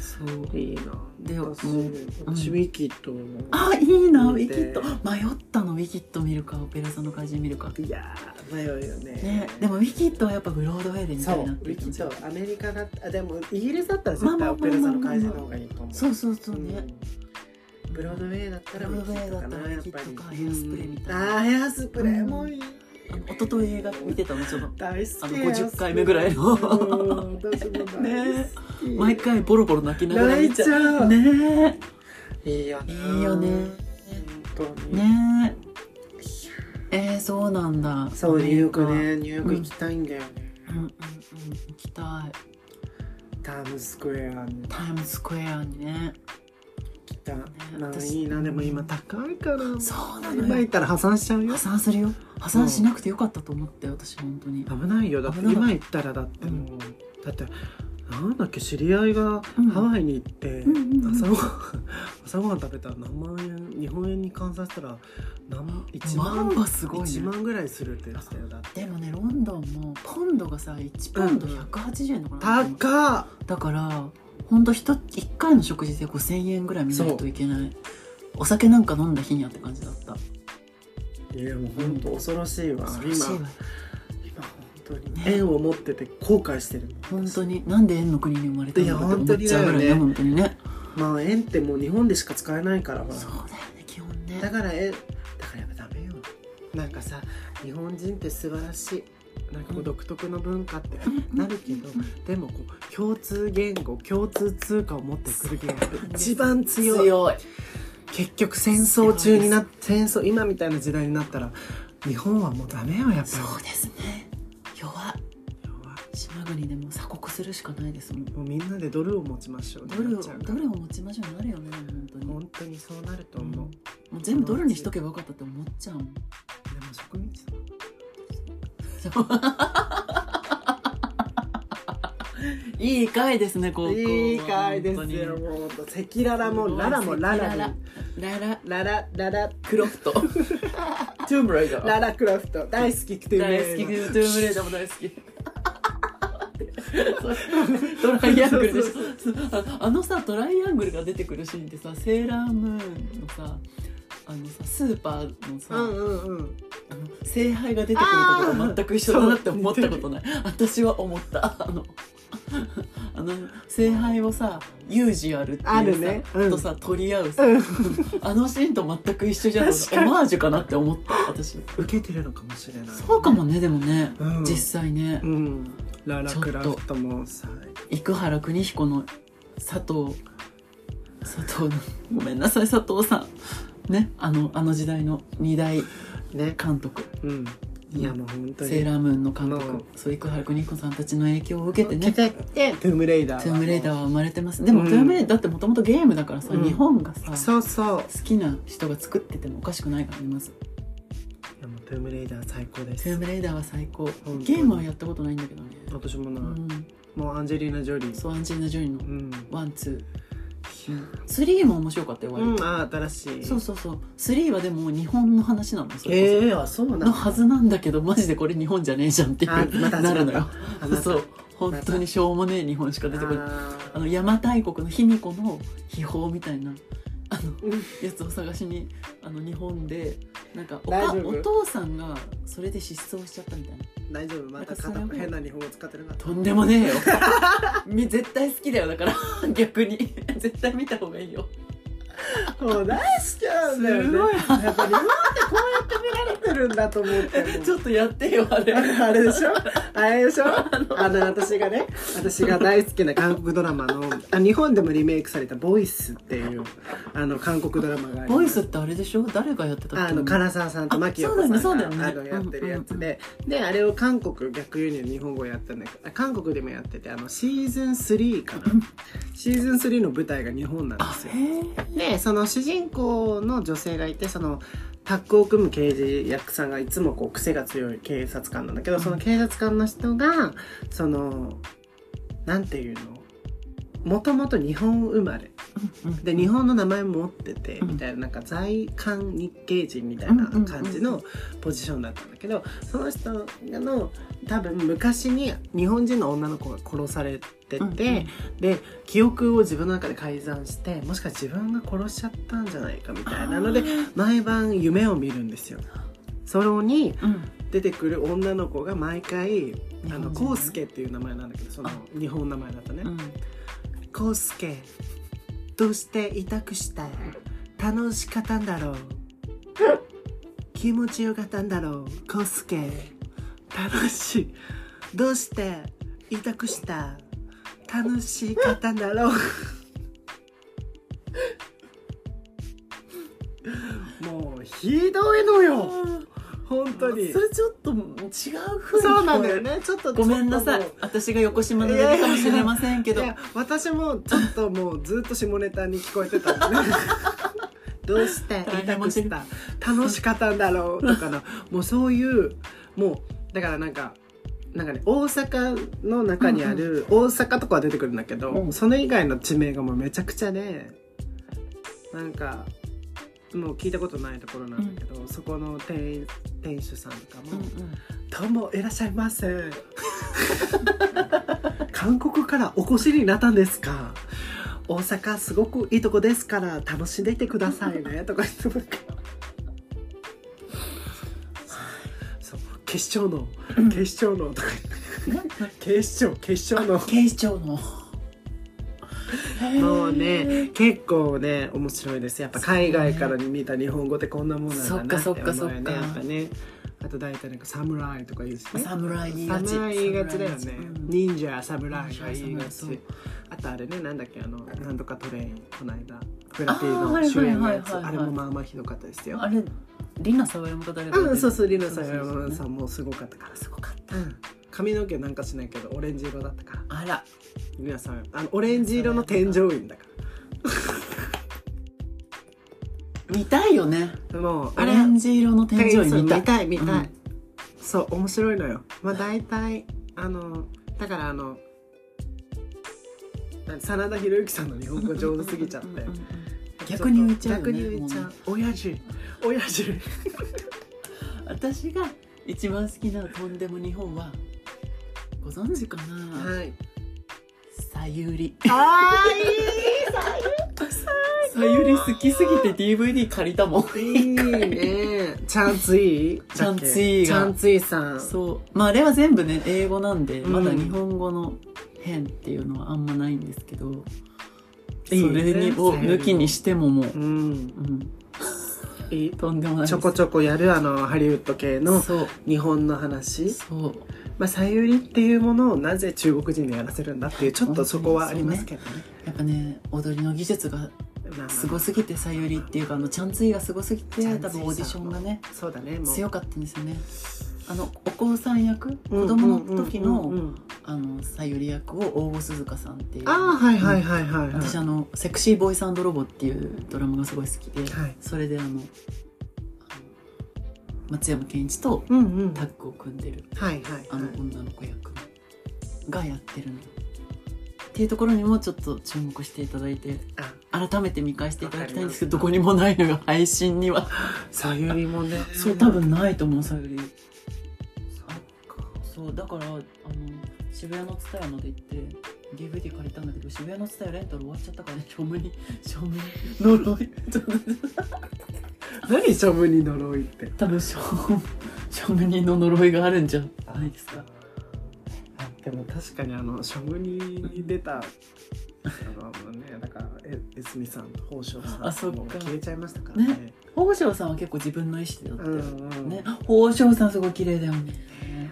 そういいなで私もう私ウィキッドもあいいなウ見ィキてッド迷ったのウィキッド見るかオペラ座の怪人見るか。いやー迷うよねね、でもウィキッドはやっぱブロードウェイで見そたういなウっていうィキ感じッドアメリカだったあでもイギリスだったら絶ま対あまあオペラ座の怪人の方がいいと思うそうそうそうね、うんブロードウェイだったらウィキッドかブロードウなェイだやっったらウぱィキッドかヘアスりプレーみたいなあーヘアスプレーもいいあの一昨日映画見てたのちょっと大好あきのヘアスプレー50回目ぐらいのうん私も 大好き毎回ボロボロ泣きながら泣見いちちゃゃううねいいよねいいよね本当にねええー、そうなんだそうニューヨークアメリねニューヨーク行きたいんだよねカうんうんうん行きたいタイムズスクエアに行タイムズスクエアにねきたなんか私いいなでも今高いからそうなの今行よったら破産しちゃうよ破産するよ破産しなくてよかったと思って私本当に危ないよだって危ない今行ったらだってもうだってなんだっけ知り合いがうんハワイに行って、うんうんうん朝ごはん 朝ごはん食べたら何万円日本円に換算したら何1万万はすごいね1万ぐらいするって言ってたよだってでもねロンドンもポンドがさ1ポンド180円とかなのかな高っだからほんと一1回の食事で5,000円ぐらい見ないといけないお酒なんか飲んだ日にはって感じだったいやもう本当恐ろしいわ、恐ろしい今わ今本当にね縁を持ってて後悔してる本当になんで円の国に生まれたんだって思っちゃうぐらいいねや本当にねまあ縁ってもう日本でしか使えないからほらそうだよね基本ねだからえだからやっぱダメよなんかさ日本人って素晴らしいなんかこううん独特の文化ってなるけど、でもこう共通言語共通通貨を持ってくる国が一番強い強い結局戦争中になっ戦争今みたいな時代になったら日本はもうダメよやっぱそうですね弱いり弱島国でも鎖国するしかないですもんいもうみんなでドルを持ちましょうドルなをっちゃうからドルを持ちましょうになるよね本当に本当にそうなると思う、うんもう全部ドルにしとけばよかったって思っちゃうもん でも植民地だいい回ですね高校いい回ですよ本もう赤裸々当もにララもララララにララララララクロフ トトゥームレイダララクラフト大好きっていう大好きトゥームレイダーも大好きトライアングルでしょああのさトライアングルが出てくるシーンってさセーラームーンのさあのさスーパーのさ、うんうんうんあの聖杯が出てくるところ全く一緒だなって思ったことない私は思ったあのあの聖杯をさユージアルっていうさあるねうんとさ取り合うさ、あのシーンと全く一緒じゃんオ確かにマージュかなって思った私受けてるのかもしれないそうかもねでもね、うん実際ねうんララクラフトもさ生原邦彦の佐藤佐藤のごめんなさい佐藤さんねあのあの時代の二大ね監督うんいやもう本当にセーラームーンの監うん督そう生原邦彦さんたちの影響を受けてね受けてトゥームレイダーはトゥームレイダーは生まれてますでも、うんトゥームレイダーだってもともとゲームだからさ、うん日本がさそうそう好きな人が作っててもおかしくないからねまずいやもうトゥームレイダー最高でトゥーすムレイダーは最高当にゲームはやったことないんだけどね、私もうな、ん、もうアンジェリーナ・ジョリーそうアンジェリーナ・ジョリーのうん、ワンツーうんスリーも面白かったよ割と、うん、あー新しいそうそうそう3はでも日本の話なのそれこええあそうなそののはずなんだけどマジでこれ日本じゃねえじゃんっていうあま たなるのよあまた そう本当にしょうもねえ日本しか出てこないああの邪馬台国の卑弥呼の秘宝みたいなあのーうんやつを探しにあの日本でなんかおか大丈夫お父さんがそれで失踪しちゃったみたいな大丈夫また片方変な日本語使ってなかったとんでもねえよみ絶対好きだよだから 逆に絶対見た方がいいよもう大好きなんだよねすごいやっぱ日本ってこうやって見られてるんだと思ってもうちょっとやってよあれあれあれでしょあれでしょあの私がね私が大好きな韓国ドラマのあ日本でもリメイクされた「ボイスっていうあの韓国ドラマがありますボイスってあれでしょ誰がやってたっあけの唐沢さんと牧陽子さんあがそうだよねそうだよあのねやってるやつで、であれを韓国逆輸入日本語やったんだけどあ韓国でもやっててあのシーズン3かな、 シーズン3の舞台が日本なんであすよへえでその主人公の女性がいてそのタッグを組む刑事役さんがいつもこう癖が強い警察官なんだけどその警察官の人がそのなんていうのもともと日本生まれで日本の名前も持っててうんみたいななんか在韓日系人みたいな感じのポジションだったんだけどその人の多分昔に日本人の女の子が殺されてて、うんうんで記憶を自分の中で改ざんしてもしかして自分が殺しちゃったんじゃないかみたいなので毎晩夢を見るんですよ。それにうん出てくる女の子が毎回あの日本人ねコウスケっていう名前なんだけどそのあ日本の名前だとねう。んコウスケどうして痛くした楽しかったんだろう気持ちよかったんだろうコウスケ楽しいどうして痛くした楽しかったんだろうもうひどいのよ本当にそれちょっと違う風にそうなんだよねちょっとごめんなさちいょっともう私が横島の出るかもしれませんけどいや私もちょっともうずっと下ネタに聞こえてたも んねどうして痛くした楽しかったんだろうとかのもうそういうもうだからなんかなんかね大阪の中にある大阪とかは出てくるんだけど、うんその以外の地名がもうめちゃくちゃでなんかもう聞いたことないところなんだけど、そこの店員店主さんとかも「どうもいらっしゃいませ」「韓国からお越しになったんですか」「大阪すごくいいとこですから楽しんでいってくださいね」とか言ってなんかそう「決勝の決勝の」とか言って。警視庁警視庁の警視庁のもうね結構ね面白いですやっぱ海外からに見た日本語ってこんなもんなんだなってそ思っかそっかうそよねっかやっぱねあと大体なんか「侍」とか言うしね侍言いがち侍言いがちだよねうん忍者侍が言いが忍者侍そうちあとあれねなんだっけあのなんとかトレインこの間フラティの主演のやつあーはいはいはいはいはいあれもまあまあひどかったですよあれリナ沢山か誰かうんそうそうリナさん山そう田そうさんもすごかったからすごかったうん髪の毛なんかしないけどオレンジ色だったからあら皆さんあのオレンジ色の添乗員だか見たいよねらもうオあれレンジ色の天井そう見たいたい見たいうんそう面白いのよまあ大体あのだからあの真田広之さんの日本語上手すぎちゃってうんうんうん逆に言っちゃうよね逆に言っちゃもう親父親父私が一番好きなとんでも日本はご存知かな、いさゆりあさゆり好きすぎて DVD 借りたもんーいいねチャンツイーチャンツイーがチャンツイーさんそうまああれは全部ね英語なんで、うんまだ日本語の編っていうのはあんまないんですけどそいいねれにをさゆり抜きにしてももうう、んうん、いいとんでもないちょこちょこやるあのハリウッド系のそう日本の話そうまあ、さゆりっていうものをなぜ中国人にやらせるんだっていうちょっとそこはありますけどね。やっぱね踊りの技術がまあすごすぎてさゆりっていうかあのチャンツイがすごすぎてチャンツイ多分オーディションがねそうだねもう強かったんですよねあのお子さん役う子ん供の時うんうんうのんあのさゆり役を大郷鈴鹿さんっていうああはいはいはいはい、はい、私あの「セクシーボーイサンドロボ」っていうドラマがすごい好きで、はいそれであのあの松山ケンイチとうんうんタはいッグを組んでるはいはいあの女の子役がやってるの。っていうところにもちょっと注目していただいてあ改めて見返していただきたいんですけどどこにもないのが配信にはさゆりもね そう多分ないと思うさゆりそっかそうだからあの渋谷の蔦屋まで行って DVD 借りたんだけど渋谷の蔦屋レンタル終わっちゃったからね 庶務に庶務に呪いちょっと何しょぶに呪いって多分庶務庶務人の呪いがあるんじゃないですかあでも確かにあのしょぶに出たあのねだからえ江みさんと宝生さんあそっかもう消えちゃいましたからねね宝生さんは結構自分の意思でだったうよんうんね宝生さんすごい綺麗だよね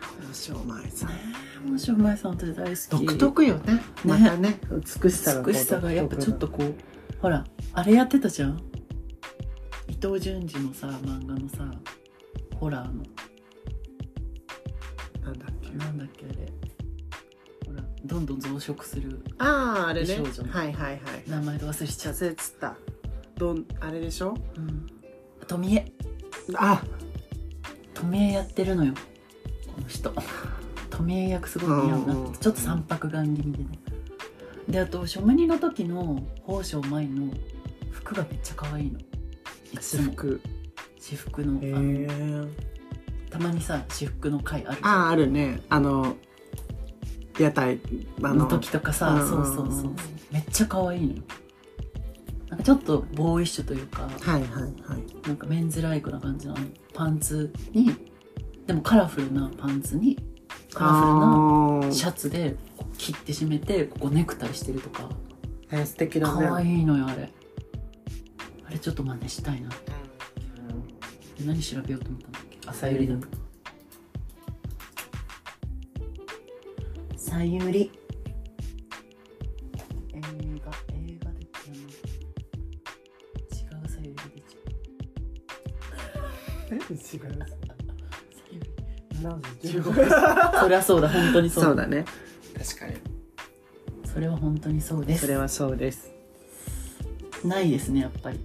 宝生舞さん宝生舞さんって大好き独特よねまたね美しさがこう美しさがやっぱちょっとこうほらあれやってたじゃん伊藤潤二のさ漫画のさホラーのなんだっけなんだっけあれほらどんどん増殖するあああれね美少女のはいはいはい名前で忘れちじゃゃう、せつったどんあれでしょうん、富江あ富江やってるのよこの人 富江役すごい似合うなうんうんうんってちょっと三白眼気味でねであと庶務にの時の宝生舞の服がめっちゃ可愛いのいつも服私服のあへのえたまにさ私服の回あるじゃんあああるねあの屋台あのの時とかさ、うんそうそうそうめっちゃ可愛いのよなんかちょっとボーイッシュというかはいはいはいなんかメンズライクな感じのあのパンツにでもカラフルなパンツにカラフルなあーシャツでこう切って締めてここネクタイしてるとかえー素敵だね可愛いのよあれあれちょっと真似したいなで何調べようと思ったんだっけ朝ゆりだとかさゆり映画映画で違うさゆりでちょえ違うさゆりなんでそりゃそうだ本当にそうそうだね確かにそれは本当にそうでそすれはそうですないですねやっぱり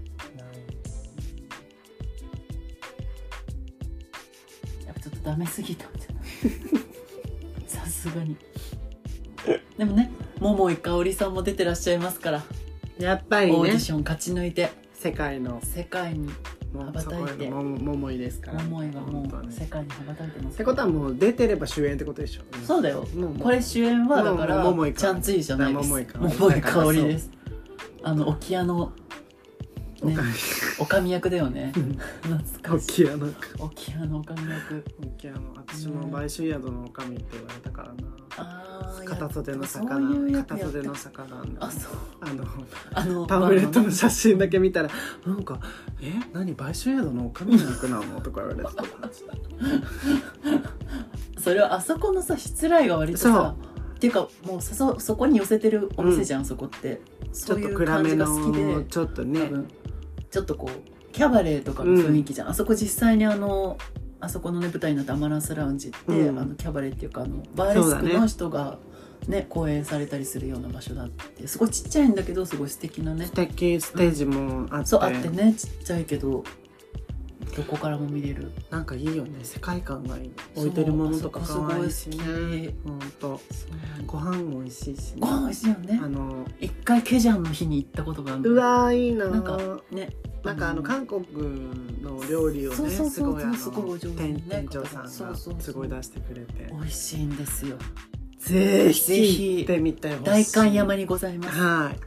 やっぱちょっとダメすぎたんじゃないすがにでもね桃井かおりさんも出てらっしゃいますからやっぱりオーデねィション勝ち抜いて世界の世界にも羽うばそこたいてへのももいですから桃井はも本当はうね世界に羽ばたいてますってことはもう出てれば主演ってことでしょそうだよもうもうこれ主演はだかもらうもう桃井かちゃんついじゃないです桃桃井井かかおりおりですあの沖屋のおねかおかみ役だよね懐大かしいきいやなんか沖屋のおかみ役大きいあの私も買収宿の女将って言われたからなああ片袖のそういう魚役片やって袖たの魚あそうあのあのタブレットの写真だけ見たらなんか「え何買収宿の女将役なの?」とか言われてた感じそれはあそこのさ失礼が割とさっていうかもうさそそこに寄せてるお店じゃん、そこってちそょうっいとう暗感めじが好きでのちょっと多ね分ちょっとこうキャバレーとかの雰囲気じゃん、あそこ実際にあのあそこのね舞台になった「アマランスラウンジ」って、うんあのキャバレーっていうかあのバーレスそうクだねの人がね公演されたりするような場所だってすごいちっちゃいんだけどすごい素敵なね素敵ステージもあってそうあってねちっちゃいけどどこからも見れるなんかいいよね世界観がいい置いてるものとかそう可愛いしあそこすごいね好ほんとご飯も美味しいしねご飯美味しいよねあの一回ケジャンの日に行ったことがあるのうわーいいなななんんかねなんかあの韓国の料理をそうねそうそうすごいあのすごいお上手にね店店長さそうんそうがそうすごい出してくれて美味しいんですよぜぜひひ行ってみてほしい代官山にございますはい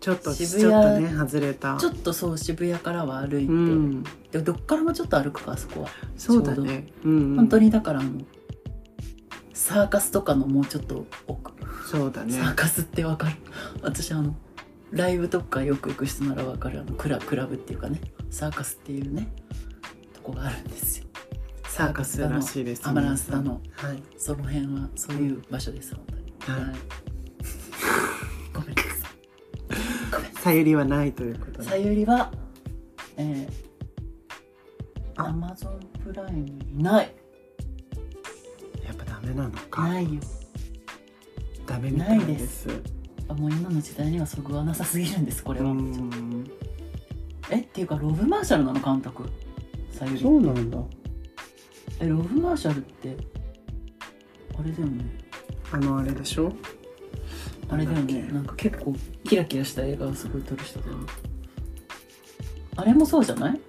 ちょっと渋ちょっと谷ね外れたちょっとそう渋谷からは歩いて、うんでもどっからもちょっと歩くかあそこは、そうだねうんうん本当にだからあのサーカスとかのもうちょっと奥、そうだねサーカスってわかる私あのライブとかよく行く人ならわかるあのクラクラブっていうかねサーカスっていうねとこがあるんですよサーカスらしいですアマランスだのはいその辺はそういう場所です本当に、はいはい、ごめんな さいごめんさゆりはないということさでゆりは、えー、あ Amazon プライムにない。やっぱダメなのなかいよ。ダメみたいないでですあもう今の時代にはそぐわなさすぎるんです、これうは。んえ、っていうか、ロブマーシャルなの、監督。さゆそり。うなんだえ、ロブマーシャルって、あれだよね。あのあれでしょあれだよね。なんだっけなんか結構、キラキラした映画をすごい撮る人だよね。あれもそうじゃない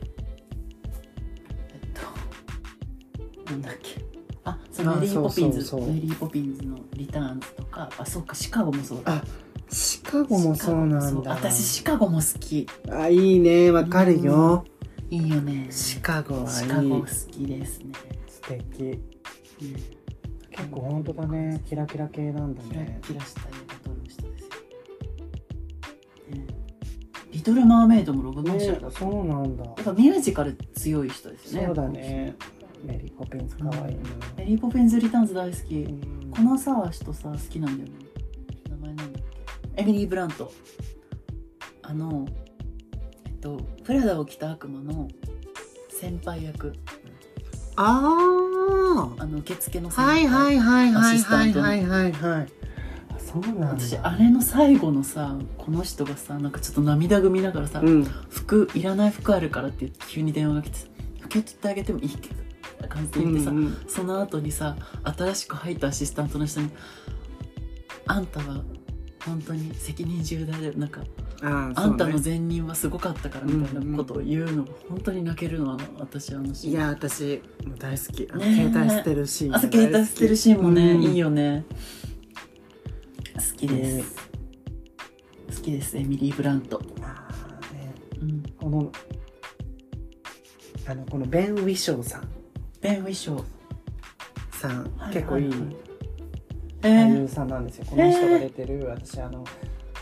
えっと、なんだっけ。あ、そうあメリー・ポピンズそうそうそうメリー・ポピンズのリターンズとか、あ、そうか、シカゴもそうだ。あシカゴもそうなんだ私シカゴも好き。あいいねわかるよいいよね。シカゴはいいシカゴ好きですね。素敵うん結構本当だねキラキラ系なんだキラねキラした映画撮る人ですよ。ねリトル・マーメイドもロブ・マーシャねルだったそうなんだやっぱミュージカル強い人ですね。そうだねメリー・ポピンズかわいいなメリー・ポピンズ・リターンズ大好うき。んこのさ、人さ、好きなんだよね。名前なんだっけ。エミリー・ブラント。あの、えっと、プラダを着た悪魔の先輩役。ああの、受付のあ先輩。はいはいはいはアいシスはタいントのはいはいはいあそうなん私あだれの最後のさこの人がさなんかちょっと涙ぐみながらさ、うん服いらない服あるからって急に電話が来てさ受け取ってあげてもいいけどって感じで言ってさ、うんうんその後にさ新しく入ったアシスタントの人に「あんたは本当に責任重大だよ」なんか、あーあんたのそうね前任はすごかったから」みたいなことを言うのが本当に泣けるのあの私あのシーンいや私もう大好きあのねえ携帯捨てるシーン朝携帯捨てるシーンもね、うんいいよね好きです、ね好きですエミリー・ブラント、あーねうん、このあのこのベン・ウィショウさんベン・ウィショウさんはい結構いいはいはいえ俳ー優さんなんですよ、この人が出てる、私あの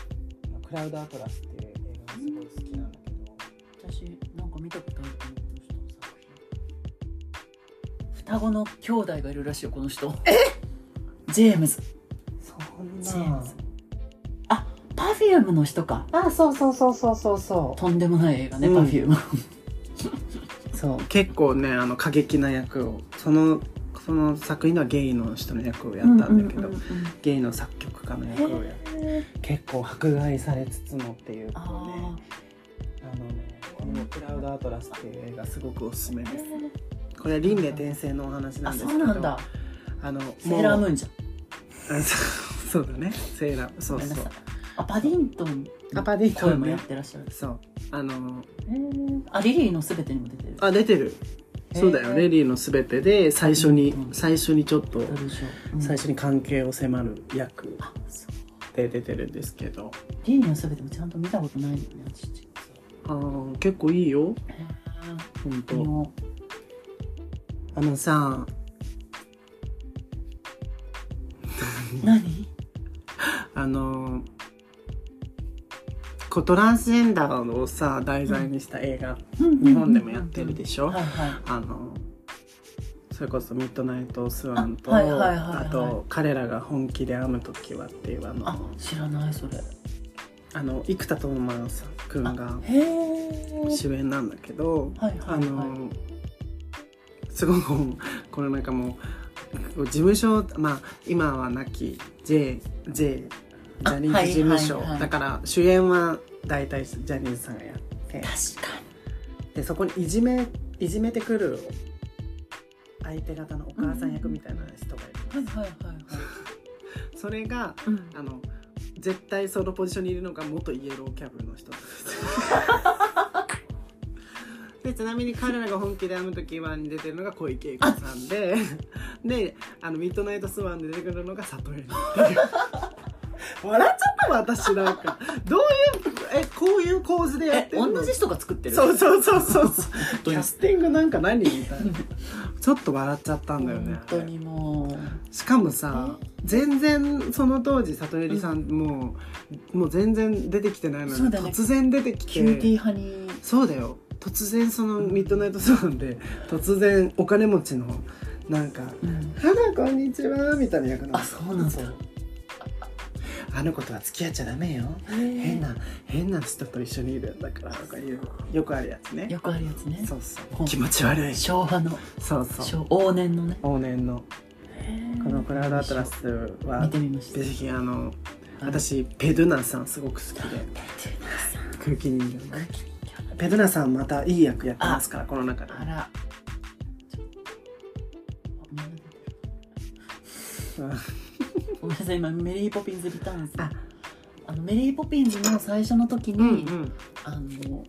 「クラウド・アトラス」っていう映画がすごい好きなんだけど私なんか見たことあるこの人の作品双子の兄弟がいるらしいよこの人えジェームズそジェームズあパフュームの人かあそうそうそうそうそうそとんでもない映画ね、うんパフュームうそう結構ねあの過激な役をそのその作品ではゲイの人の役をやったんだけど、ううゲイの作曲家の役うをんやっうんへー結構迫害されつつもっていうこあうねあのねこの「クラウド・アトラス」っていう映画すごくおすすめーですへーこれは輪廻転生のお話なあんでそすけうどなんだあのセーラームもうーンじゃんあそうそうだねセーラーそうごめんなそさいうあパディントンあパディント声ンもやねってらっしゃるそうあのへーあリリーのすべてにも出てるあ出てるへーそうだよレリーのすべてで最初にうん最初にちょっとどうでしょう、うん最初に関係を迫る役あそうで出てるんですけどリリーのすべてもちゃんと見たことないよね私あー結構いいよへ本当ーもあのさう何あのこうトランスジェンダーをさ題材にした映画、日本でもやってるでしょ、はいはあのそれこそ「ミッドナイト・スワンと」あはいはいはいはいあと「彼らが本気で編む時は」っていうああの知らないそれあの生田斗真さんくんがへえ主演なんだけど、はいはいはいあのすごくこれなんかもう事務所まあ今は亡き JJ ジあャニーズ事務所、はいはいはいだから主演は大体ジャニーズさんがやって確かにでそこにいじめいじめてくる相手方のお母さん役みたいな人がいる、はいはいはいはいそれがうんあの絶対そのポジションにいるのが元イエローキャブ の人なんですでちなみに彼らが本気で編む時はに出てるのが小池栄子さんでであのミッドナイトスワンで出てくるのが里江っていう笑っちゃったわ私なんかどういうえこういう構図でやっえてるの同じ人が作ってるそうそうそうそう本当キにャスティングなんか何みたいなちょっと笑っちゃったんだよね本当にもうしかもさ全然その当時里襟さんもう、もう全然出てきてないのそうに、だね突然出てきてキューティー派にそうだよ突然そのミッドナイトスワンで突然お金持ちのなんか「花こんにちは」みたいな役なのあそうなんだそうあの子とは付き合っちゃダメよ変変な変な人と一緒にいるんだからとかいうよくあるやつねよくあるやつねそうそほうん気持ち悪い昭和のそうそう昭往年のね往年のこのクラウドアトラスは見てみましたぜひあのはい私ペドゥナさんすごく好きで空気人形ねペドゥナさんまたいい役やってますからこの中であらちょっとあみんな出てるごめんなさい今メリーポピンズリターンズああのメリーポピンズの最初の時に、うんうんあの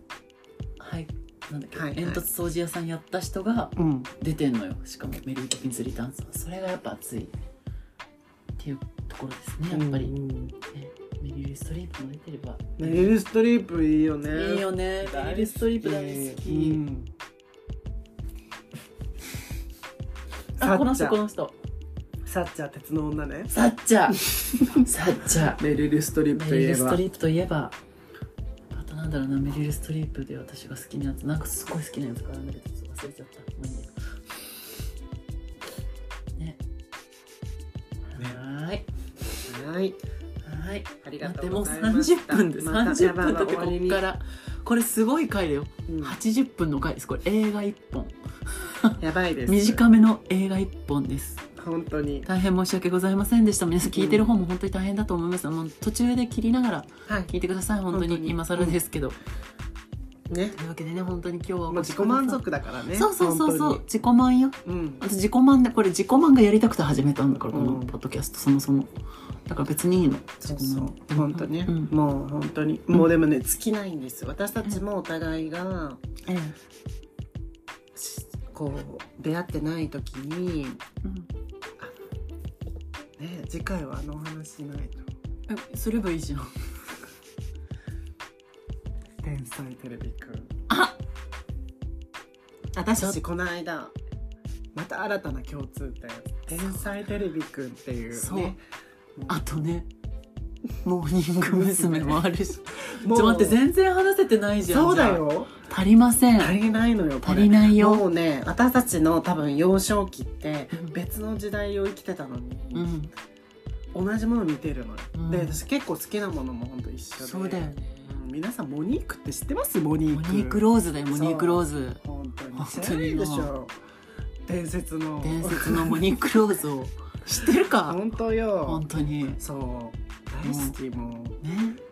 はいなんだっけ、はいはい煙突掃除屋さんやった人がうん出てんのよしかもメリー・ポピンズ・リターンズはそれがやっぱ熱いっていうところですねやっぱり、うんメリル・ストリープも出てればメリル・ストリープいいよねいいよねメリル・ストリープ大好き、うんあこの人サッこチャの人サッチャ鉄の女ねサッチャ ーサッチャーメリル・ストリメリル・ストリープといえばあとなんだろうなメリル・ストリープで私が好きなやつなんかすごい好きなやつがあるんだけどちょっと忘れちゃったもういいやねはーいはいはいありだがってとうもうございました30分でまた30分だってやばい終わこりっにからこれすごい回だようん80分の回ですこれ映画1本やばいです短めの映画1本です本当に大変申し訳ございませんでした皆さん聞いてる方も本当に大変だと思いますもう途中で切りながらはい聞いてください本当本当にに今更ですけど、ねというわけでね本当に今日はおもう越し自く己ださい満足だからねそうそうそうそう本自己満よ当にうん私自己満でこれ自己満がやりたくて始めたんだからこのうんポッドキャストそもそもだから別にいいの自そう己満そう本当ね、うんもう本当にもうでもね尽きないんですよ私たちもお互いがええしこう出会ってない時にうんね次回はあのお話しないとえすればいいじゃん天才テレビくんあ私たちこの間また新たな共通点天才テレビくんっていうねそうあとねモーニング娘。 もあるしちょっと待って全然話せてないじゃんそうだよじゃあ足りません足りないのよこれ足りないよもうね私たちの多分幼少期ってうん別の時代を生きてたのに、うん同じもの見てるのよ、うんで私結構好きなものも本当一緒でそうだよねうん皆さんモニークって知ってますモニーモクニークローズだよモニークローズ本当に本当に知らないでしょ伝説の伝説のモニークローズを知ってるか本当よ本当にねそう大好きも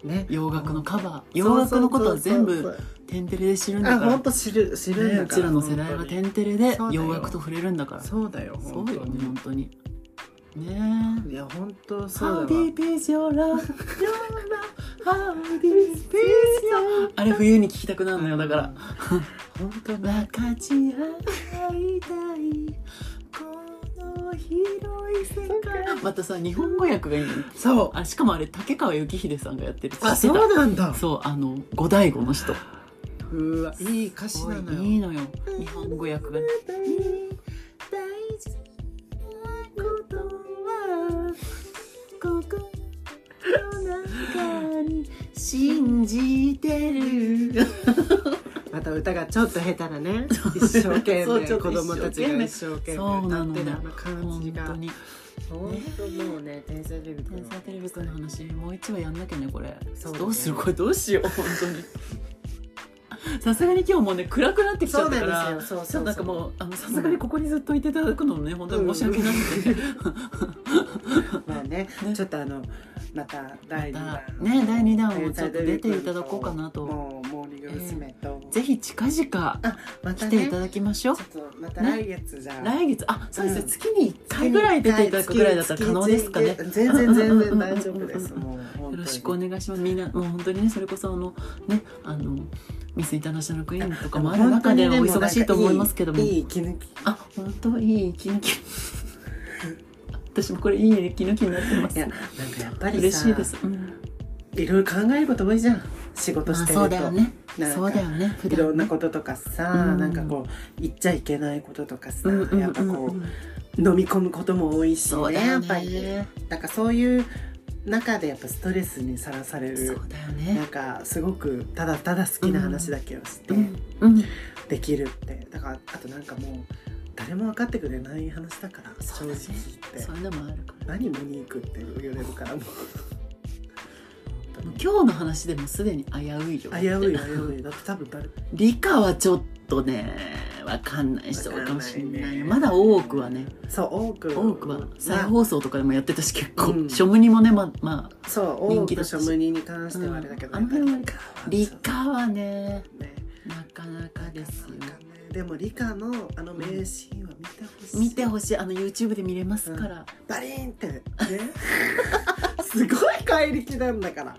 うね洋楽のカバー洋楽のことは全部テンテレで知るんだあから本当知る知るんだねからうちらの世代はテンテレでそうだよ洋楽と触れるんだからそうだよそうよね本当にねえいや本当そう How だわ deep is your love? Your love How deep is your あれ冬に聴きたくなるのよだから本当だ分かち合いたいこの広い世界またさ日本語訳がいいのよそうあしかもあれ竹川幸秀さんがやってるあそうなんだそうあの五醍醐の人うわいい歌詞なのよいいのよ日本語訳が大事なことはここの中に信じてるまた歌がちょっと下手だ ね一生懸そう命ちょっと子供たちが一一生懸そうなの命歌ってるよあの感じ本が当に本当もうね天才デビュ天ー才テレビくんの話もう一話やんなきゃねこれそうだねどうするこれどうしよう本当に さすがに今日もうね暗くなってきちゃそっうたなかんらですよそうそそううなんかもうあのさすがにここにずっといていただくのもね本当に申し訳なくて、うまあねねちょっとあのまた第二弾ね第二弾をちょっと出ていただこうかなともうモーニング娘。とぜひ近々あまた来てねいちたょだきましょう、っとまた来月じゃあ来月あそうですね、うん月に1回ぐらい出ていただくぐらいだったら可能ですかね全然全然大丈夫です。もう本当によろしくお願いしますみんなもう本当にねそれこそあのねあのミスインターナショナルクイーンとかもある中でお忙しいと思いますけどもいい息抜き。あ本当いい息抜き私もこれいい息抜きになってまいすやなんかやっぱり嬉さしいです、うん、いろいろ考えること多いじゃん仕事まあしてると、そうだよねなんかそうだよね普いろん段なねこととかさ、うんなんかこう言っちゃいけないこととかさ、うんうんやっぱうこんううん飲み込むことも多いしそうねだやよっぱりねなんかそういう中でやっぱストレスにさらされそるうだよなんねかすごくただただ好きな話だけをしてうんうんできるって、だからあとなんかもう誰も分かってくれない話だからそ正う直だね言ってそういうのもあるから何もに行くって言われるからもうもう今日の話でもすでに危ういよ危うい危ういだって多分誰理科はちょっとねわかんない人多いかもしれないわかんないねまだ多くはねそう多く多くは再ま放送とかでもやってたし結構、うん庶務にもねままああそう人多気だくったし庶務にに関してはあれだけど、うんあんまりやっぱ理理科は科はねそうねなかなかですよなんかねでも理科のあの名シーンは見てほしい、見てほしいあの YouTube で見れますから、バリーンってねすごい怪力なんだから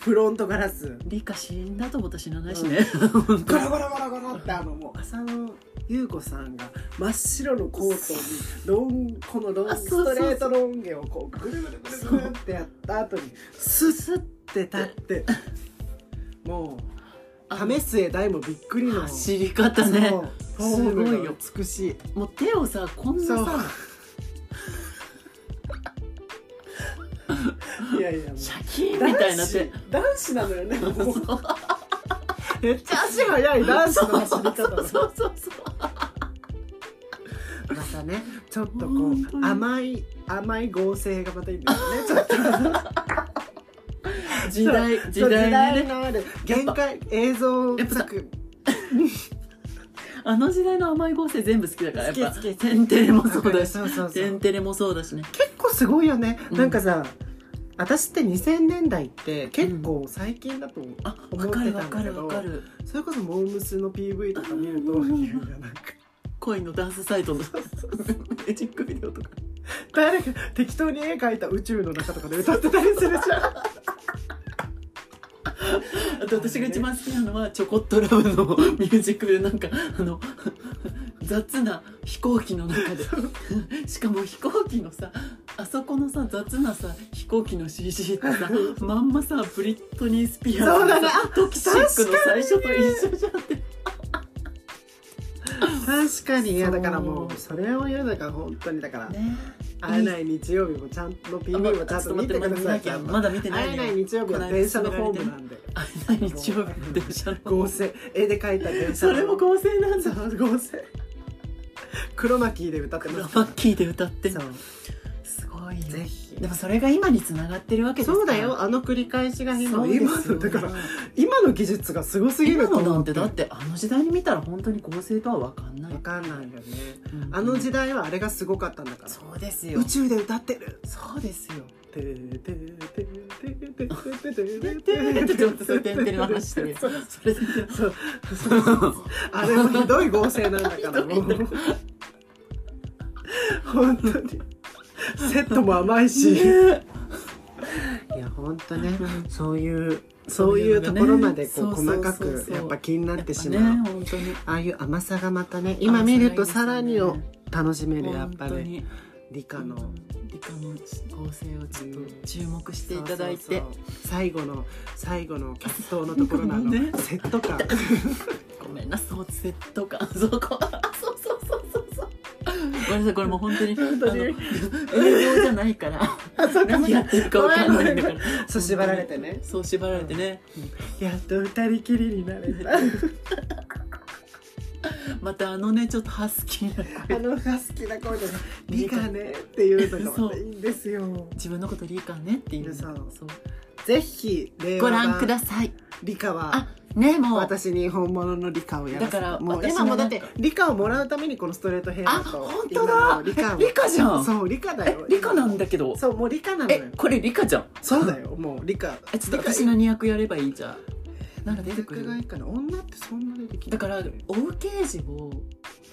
フロントガラス理科死んだと思ったら死なないしね、本当ゴロゴロゴロゴロってあのもう浅野ゆう子さんが真っ白のコートにロンこのロンあそスうそうトレートロン毛をこうぐるぐるぐるぐるってやった後にスッって立ってもあう為末大もびっくりの走り方ねそうフォームがすごいよ美しいもう手をさこんなそうさ いやいやもうシャキーンみたいな手男子なの よねもそううめっちゃ足速い男子の走り方だそうそうそうまたねちょっとこ本当うに甘い甘い合成がまたいいんだよねちょっと時代時そう代に時代ねのある限界映像作あの時代の甘い合成全部好きだからやっぱ好き好きテンテレもそうだしそうそうそテンうテレもそうだしね結構すごいよね、うんなんかさ私って2000年代って結構最近だと思う、あ思わっかてるたわんだかけるどわかるそれこそモームスの PV とか見るとうんいやいやなんか恋のダンスサイトの エジックビデオとか誰か適当に絵描いた宇宙の中とかで歌ってたりするじゃんあと私が一番好きなのは「ちょこっとラブ」のミュージックでなんかあの 雑な飛行機の中 でしかも飛行機のさあそこのさ雑なさ飛行機の CG ってさ まんまさブリットニー・スピアーズのそうだねさトキシックの最初と一緒じゃんって確かにいやそうだからもうそれを言うだから本当にだから、ね会えない日曜日もちゃんと PV もちゃんと見てくださいあまだ見てない会ねえない日曜日は電車のホームなんで会えない日曜日の電車の合成絵で描いた電車そのれも合成なんそだう合成黒巻で歌ってラまマすからッキーで歌ってそうすごいぜねひでもそれが今につながってるわけですからそうだよあの繰り返しがそ今うで今すよのだから今の技術がすごすぎ今るとのな思んっててだってあの時代に見たら本当に合成とは分かんないわかんないよねうんあの時代はあれがすごかったんだからそうですよ宇宙で歌ってるそうです よてれてれてれてれてれてれてんててんれってちょっとそれてんてんの話してるよ そうそれでそうあれもひどい合成なんだからもうひどい本当にセットも甘いしいねや本当ねうんそういうそそうういいううととこころろままででこうこう細かそうそうそうくそうやっぱ気になってしやっぱまうね本当にああいう甘さがまたね今見るとさらにを楽しめるやっ本ぱ当りに理科の理科の構成をちょっと注目していただいてそうそうそう最後の最後の決闘のところなのねセット感ごめんなそうセット感そこそうそうそうそうそうごめんなさいこれもう本当に本当にあの映像じゃないから何やってるかわかんないんだからそう縛られてねそう縛られてねやっと二人きりになれたまたあのねちょっとハスキーなあのが好きな声で「理科ね」っていうのがまたいいんですよ自分のことリーカーねっていうそうそうぜひ令ご和覧くだ版さい理科はあねもう私に本物の理科をやらせてだからもう私も今もだってなんか理科をもらうためにこのストレートヘアあと本当今だの理科をえリカじゃんそう理科だえよリカなんだけどそうもう理科なのよえこれリカじゃんそうだよもう理科えちょっと私何役やればいいじゃんなんか出てくがいるいかな女ってそんな出てきだないからお受け児を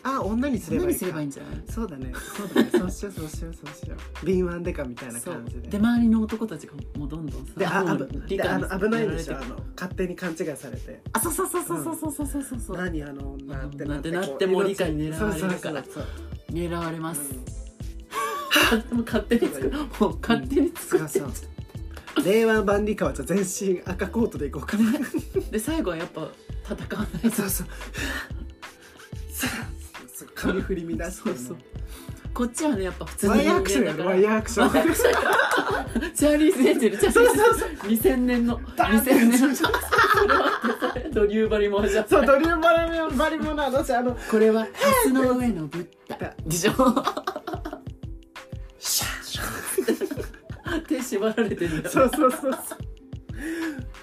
あ女にすればい何いすればいいんかじゃないそうだねそうだねそうしようそうしようそうしよう敏腕デカみたいなそう感じでで周りの男たちがもうどんどんさであもあうぶ理で科あにの危ないでしょやらあれての勝手に勘違いされてあそうそうそうそうそうそうそうそうそう何あの女ってななんっててなってもう理科に狙われるからそうそうそうそう狙われますうんもう勝手に作るもう勝手に作ってっちゃう令和版理科はじゃあ全身赤コートでいこうかなで最後はやっぱ戦わないとそうそうそう髪振り乱してそうそうこっちはねやっぱ普通のワイ人ヤーア間クションやだかるらワイヤーアクションチャーリーズ・エンジェルチャーリーズ・エンジェル2000年のバーンって2000年のそれはドリューバリもじゃそうドリューバリモバリモの私あのこれはハスの上のブッ ダでしょシャッシャ手縛られてるんだッそそううそうそうそ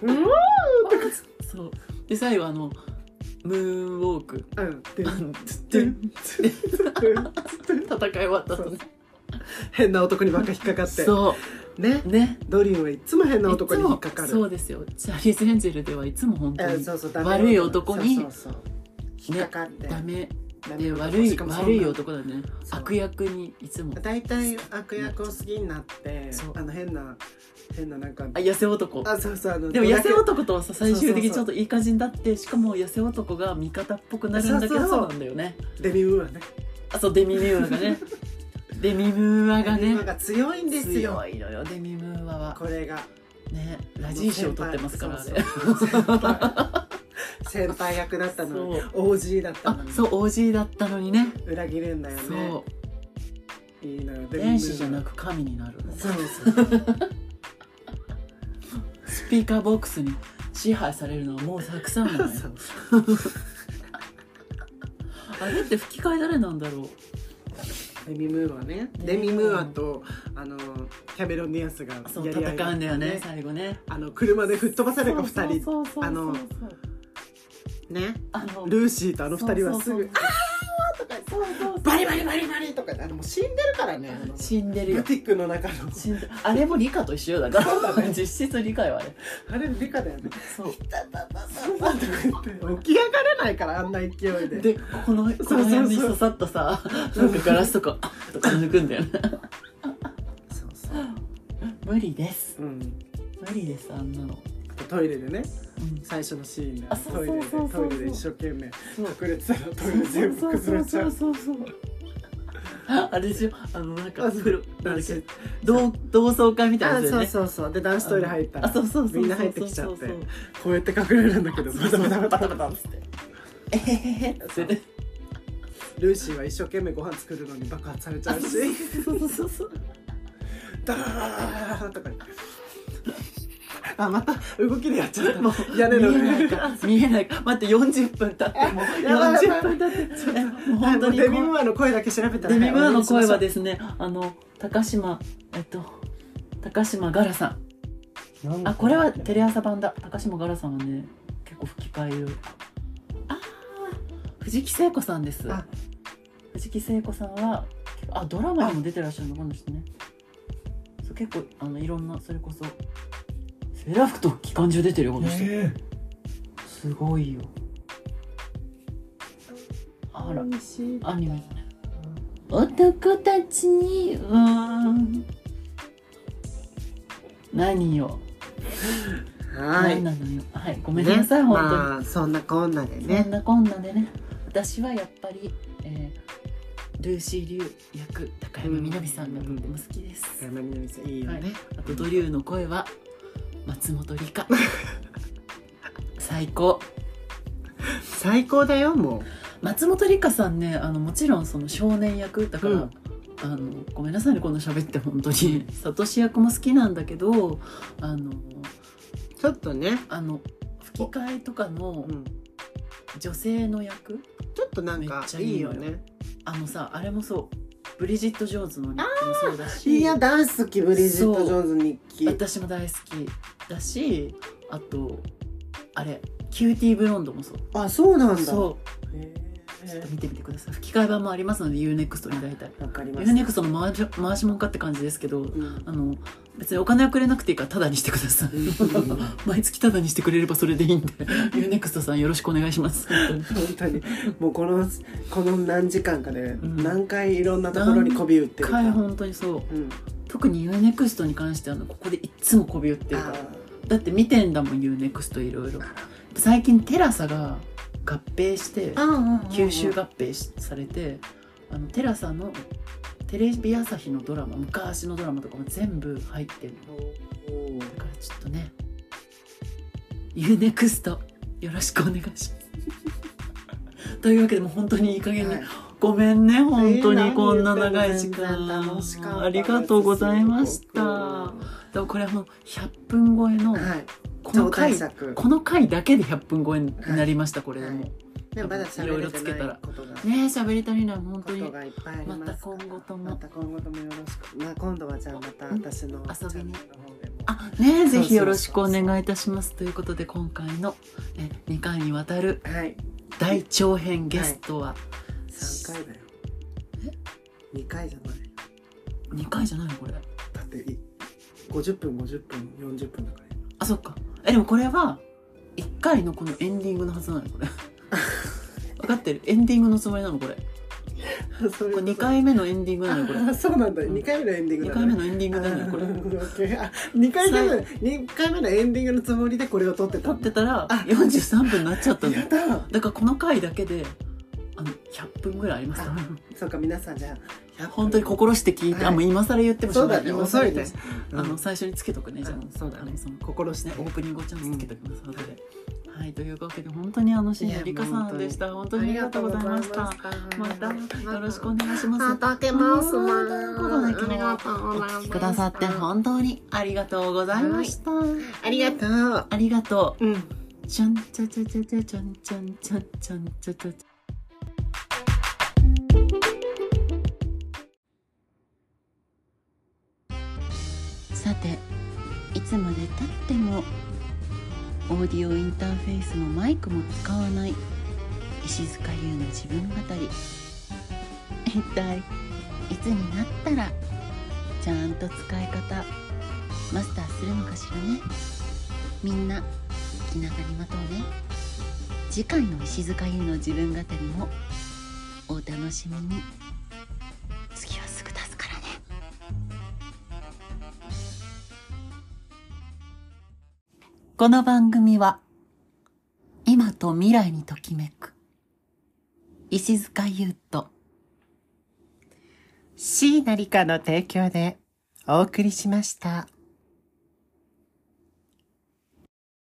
ううんで最後あのムーンウォークうんでで戦い終わった後ね 変な男にばっか引っかかってそねうねドリューはいつも変ない男つに引っもかかるそうですよチャーリーズ・エンジェルではいつも本当えーにそうそうダメ悪い男にそうそうそう引っかかってダメダメで男悪いしかもそんな悪い男だねそう悪役にいつも大体悪役を好きになってそうあの変な変ななんかあ痩せ男あそうそうあのでも痩せドラ男とはさ最終的にちょっといい感じになってしかも痩せ男が味方っぽくなるんだけそうどそうそそううなんだよねキュデミムーはねあそうデミムーアが ねデミムーアがデミムーアねが強いんですよ強いのよデミムーアはこれがねラジー賞取ってますからあれ そうそう先輩先輩役だったのにそう OG だったのあにそう OG だったのにね裏切るんだよねそういいのよデミムーア天使じゃなく神になるのそうそうスピーカーボックスに支配されるのはもうたくさんだね そうあれって吹き替え誰なんだろうデミムーアはねデミムーアとあのキャメロン・ディアスがそうやり合い戦うんだよね最後ねあの車で吹っ飛ばされた二人そうそうそうそうあのねあのルーシーとあの二人はすそうそうそうぐとかそうそうバリバリバリバリとかあのもう死んでるからねあの死んでるブよティックの中の死んであれも理科と一緒よだからそうだね実質理科よあれあれ理科だよねそう起き上がれないからあんな勢いででこのこの辺に刺さったさなんかガラスとかあとか抜くんだよねそうそう無理ですうん無理ですあんなの、あとトイレでねうん、最初のシーンであそトうイレそうそでうそうトイレで一生懸命そう隠れてたらトイレ全部崩れちゃうそうそうそうそうあれでしょあのなんかあそう風呂なんだっ男け子同同窓会みたいなあやつだそようねそうそうで男子トイレ入ったあらそうそうそうそうみんな入ってきちゃってそうそうそうこうやって隠れるんだけどバタバタバタバタっつって「えへへへ」っつってねルーシーは一生懸命ご飯作るのに爆発されちゃうしそうそうそうそうダラララララとか言ってあまた動きでやっちゃった屋根の見えない上か見えないか待って40分経ってもうやばい40分経ってえもう本本当当ににデミムーアの声だけ調べたらデミムーアの声はですねあの高島えっと高島ガラさんあこれはテレ朝版だ高島ガラさんはね結構吹き替えるああ藤木聖子さんですあ藤木聖子さんはあドラマにも出てらっしゃるのこの人ねそう結構あのいろんなそれこそセーラー服と期間中出てるよこの人えすごいよあらアニメだねえ男たちには何を、は何いなのよはいごめんなさい、ね本当に、まあそんなこんなでそんねなこんなでね私はやっぱり、えールーシー・リュウ役高山みなみさんがとっても好きです、山みなみさんいいよね、はあとドリュウの声は松本里香 最高最高だよも松本里香さんねあのもちろんその少年役だから、うんあのごめんなさいねこんな喋って本当にサトシ役も好きなんだけどあのうちょっとね、あの吹き替えとかのうん、女性の役ちょっとなんめかっちゃいいいいよのねあのさあれもそうブリジット・ジョーンズの日記もそうだしいや大好きブリジット・ジョーンズ日記私も大好きだしあとあれキューティーブロンドもそうあそうなんだそうちへょっとえ見てみてください吹き替え版もありますので UNEXT に大体わかりました UNEXT の回し回しもんかって感じですけどうんあの別にお金はくれなくていいからタダにしてください毎月タダにしてくれればそれでいいんで UNEXT さんよろしくお願いします本本当にもうこのこの何時間かでん何回いろんなところに媚び打っ当てるにか、回本当にそううん、特に UNEXT に関してはあのここでいっつもこび売ってるからだって見てんだもん UNEXT いろいろ最近テラサが合併して九吸収合併しされてあのテラサのテレビ朝日のドラマ昔のドラマとかも全部入ってるだからちょっとね UNEXT よろしくお願いします というわけでもう本当にいい加減に、ごめんね本当にこんな長い時間ありがとうございましたはでもこれもう100分超え の、いこの超回対策この回だけで100分超えになりました、これでも、はいねまだ喋れてないことがねえ喋り足りない本こ当にとがいっぱいありままたすから今後とまもた今後ともよろしくまあ今度はじゃあまた私の遊びにチャンネルの方でもあねえそうそうそうぜひよろしくお願いいたしますということで今回のえ2回にわたるはい大長編ゲストは三回だよ二回じゃない2回じゃないのこれだってい50分50分40分だからあそっかえでもこれは1回のこのエンディングのはずなのこ れ分かってるエンディングのつもりなのこれこ あそういれうこと2回目のエンディングなのこれあそうなんだうん二回目のエンディング2だ回目ねのエンディングだねこれあオッケーあ二回目の二回目のエンディングのつもりでこれを撮ってた撮ってたらあ43分になっちゃったのやっただからこの回だけであの100分ぐらいありますかあそうか皆さんじゃあ本当に心して聞いて、あもう今更言ってもしょそううがだないね今遅更い言ねってもしょうがないうんあの最初につけとくねじゃあうんそうだねあのその心してねオープニングをちゃんとつけときますので、はいというわけで本当にあのシニアリカさんでした本当にありがとうございましたまたよろしくお願いします畑マウスマンありがとうおございました聞きくださって本当にありがとうございました、ありがとうがとありがとうううんちゃんちゃちゃちゃちゃちゃんちゃんちゃんちゃんちゃちゃさていつまでたってもオーディオインターフェースもマイクも使わない石塚優の自分語り一体いつになったらちゃんと使い方マスターするのかしらねみんな気長に待とうね次回の石塚優の自分語りもお楽しみに次はすぐ出すからねこの番組は今と未来にときめく石塚優と椎名梨花の提供でお送りしました。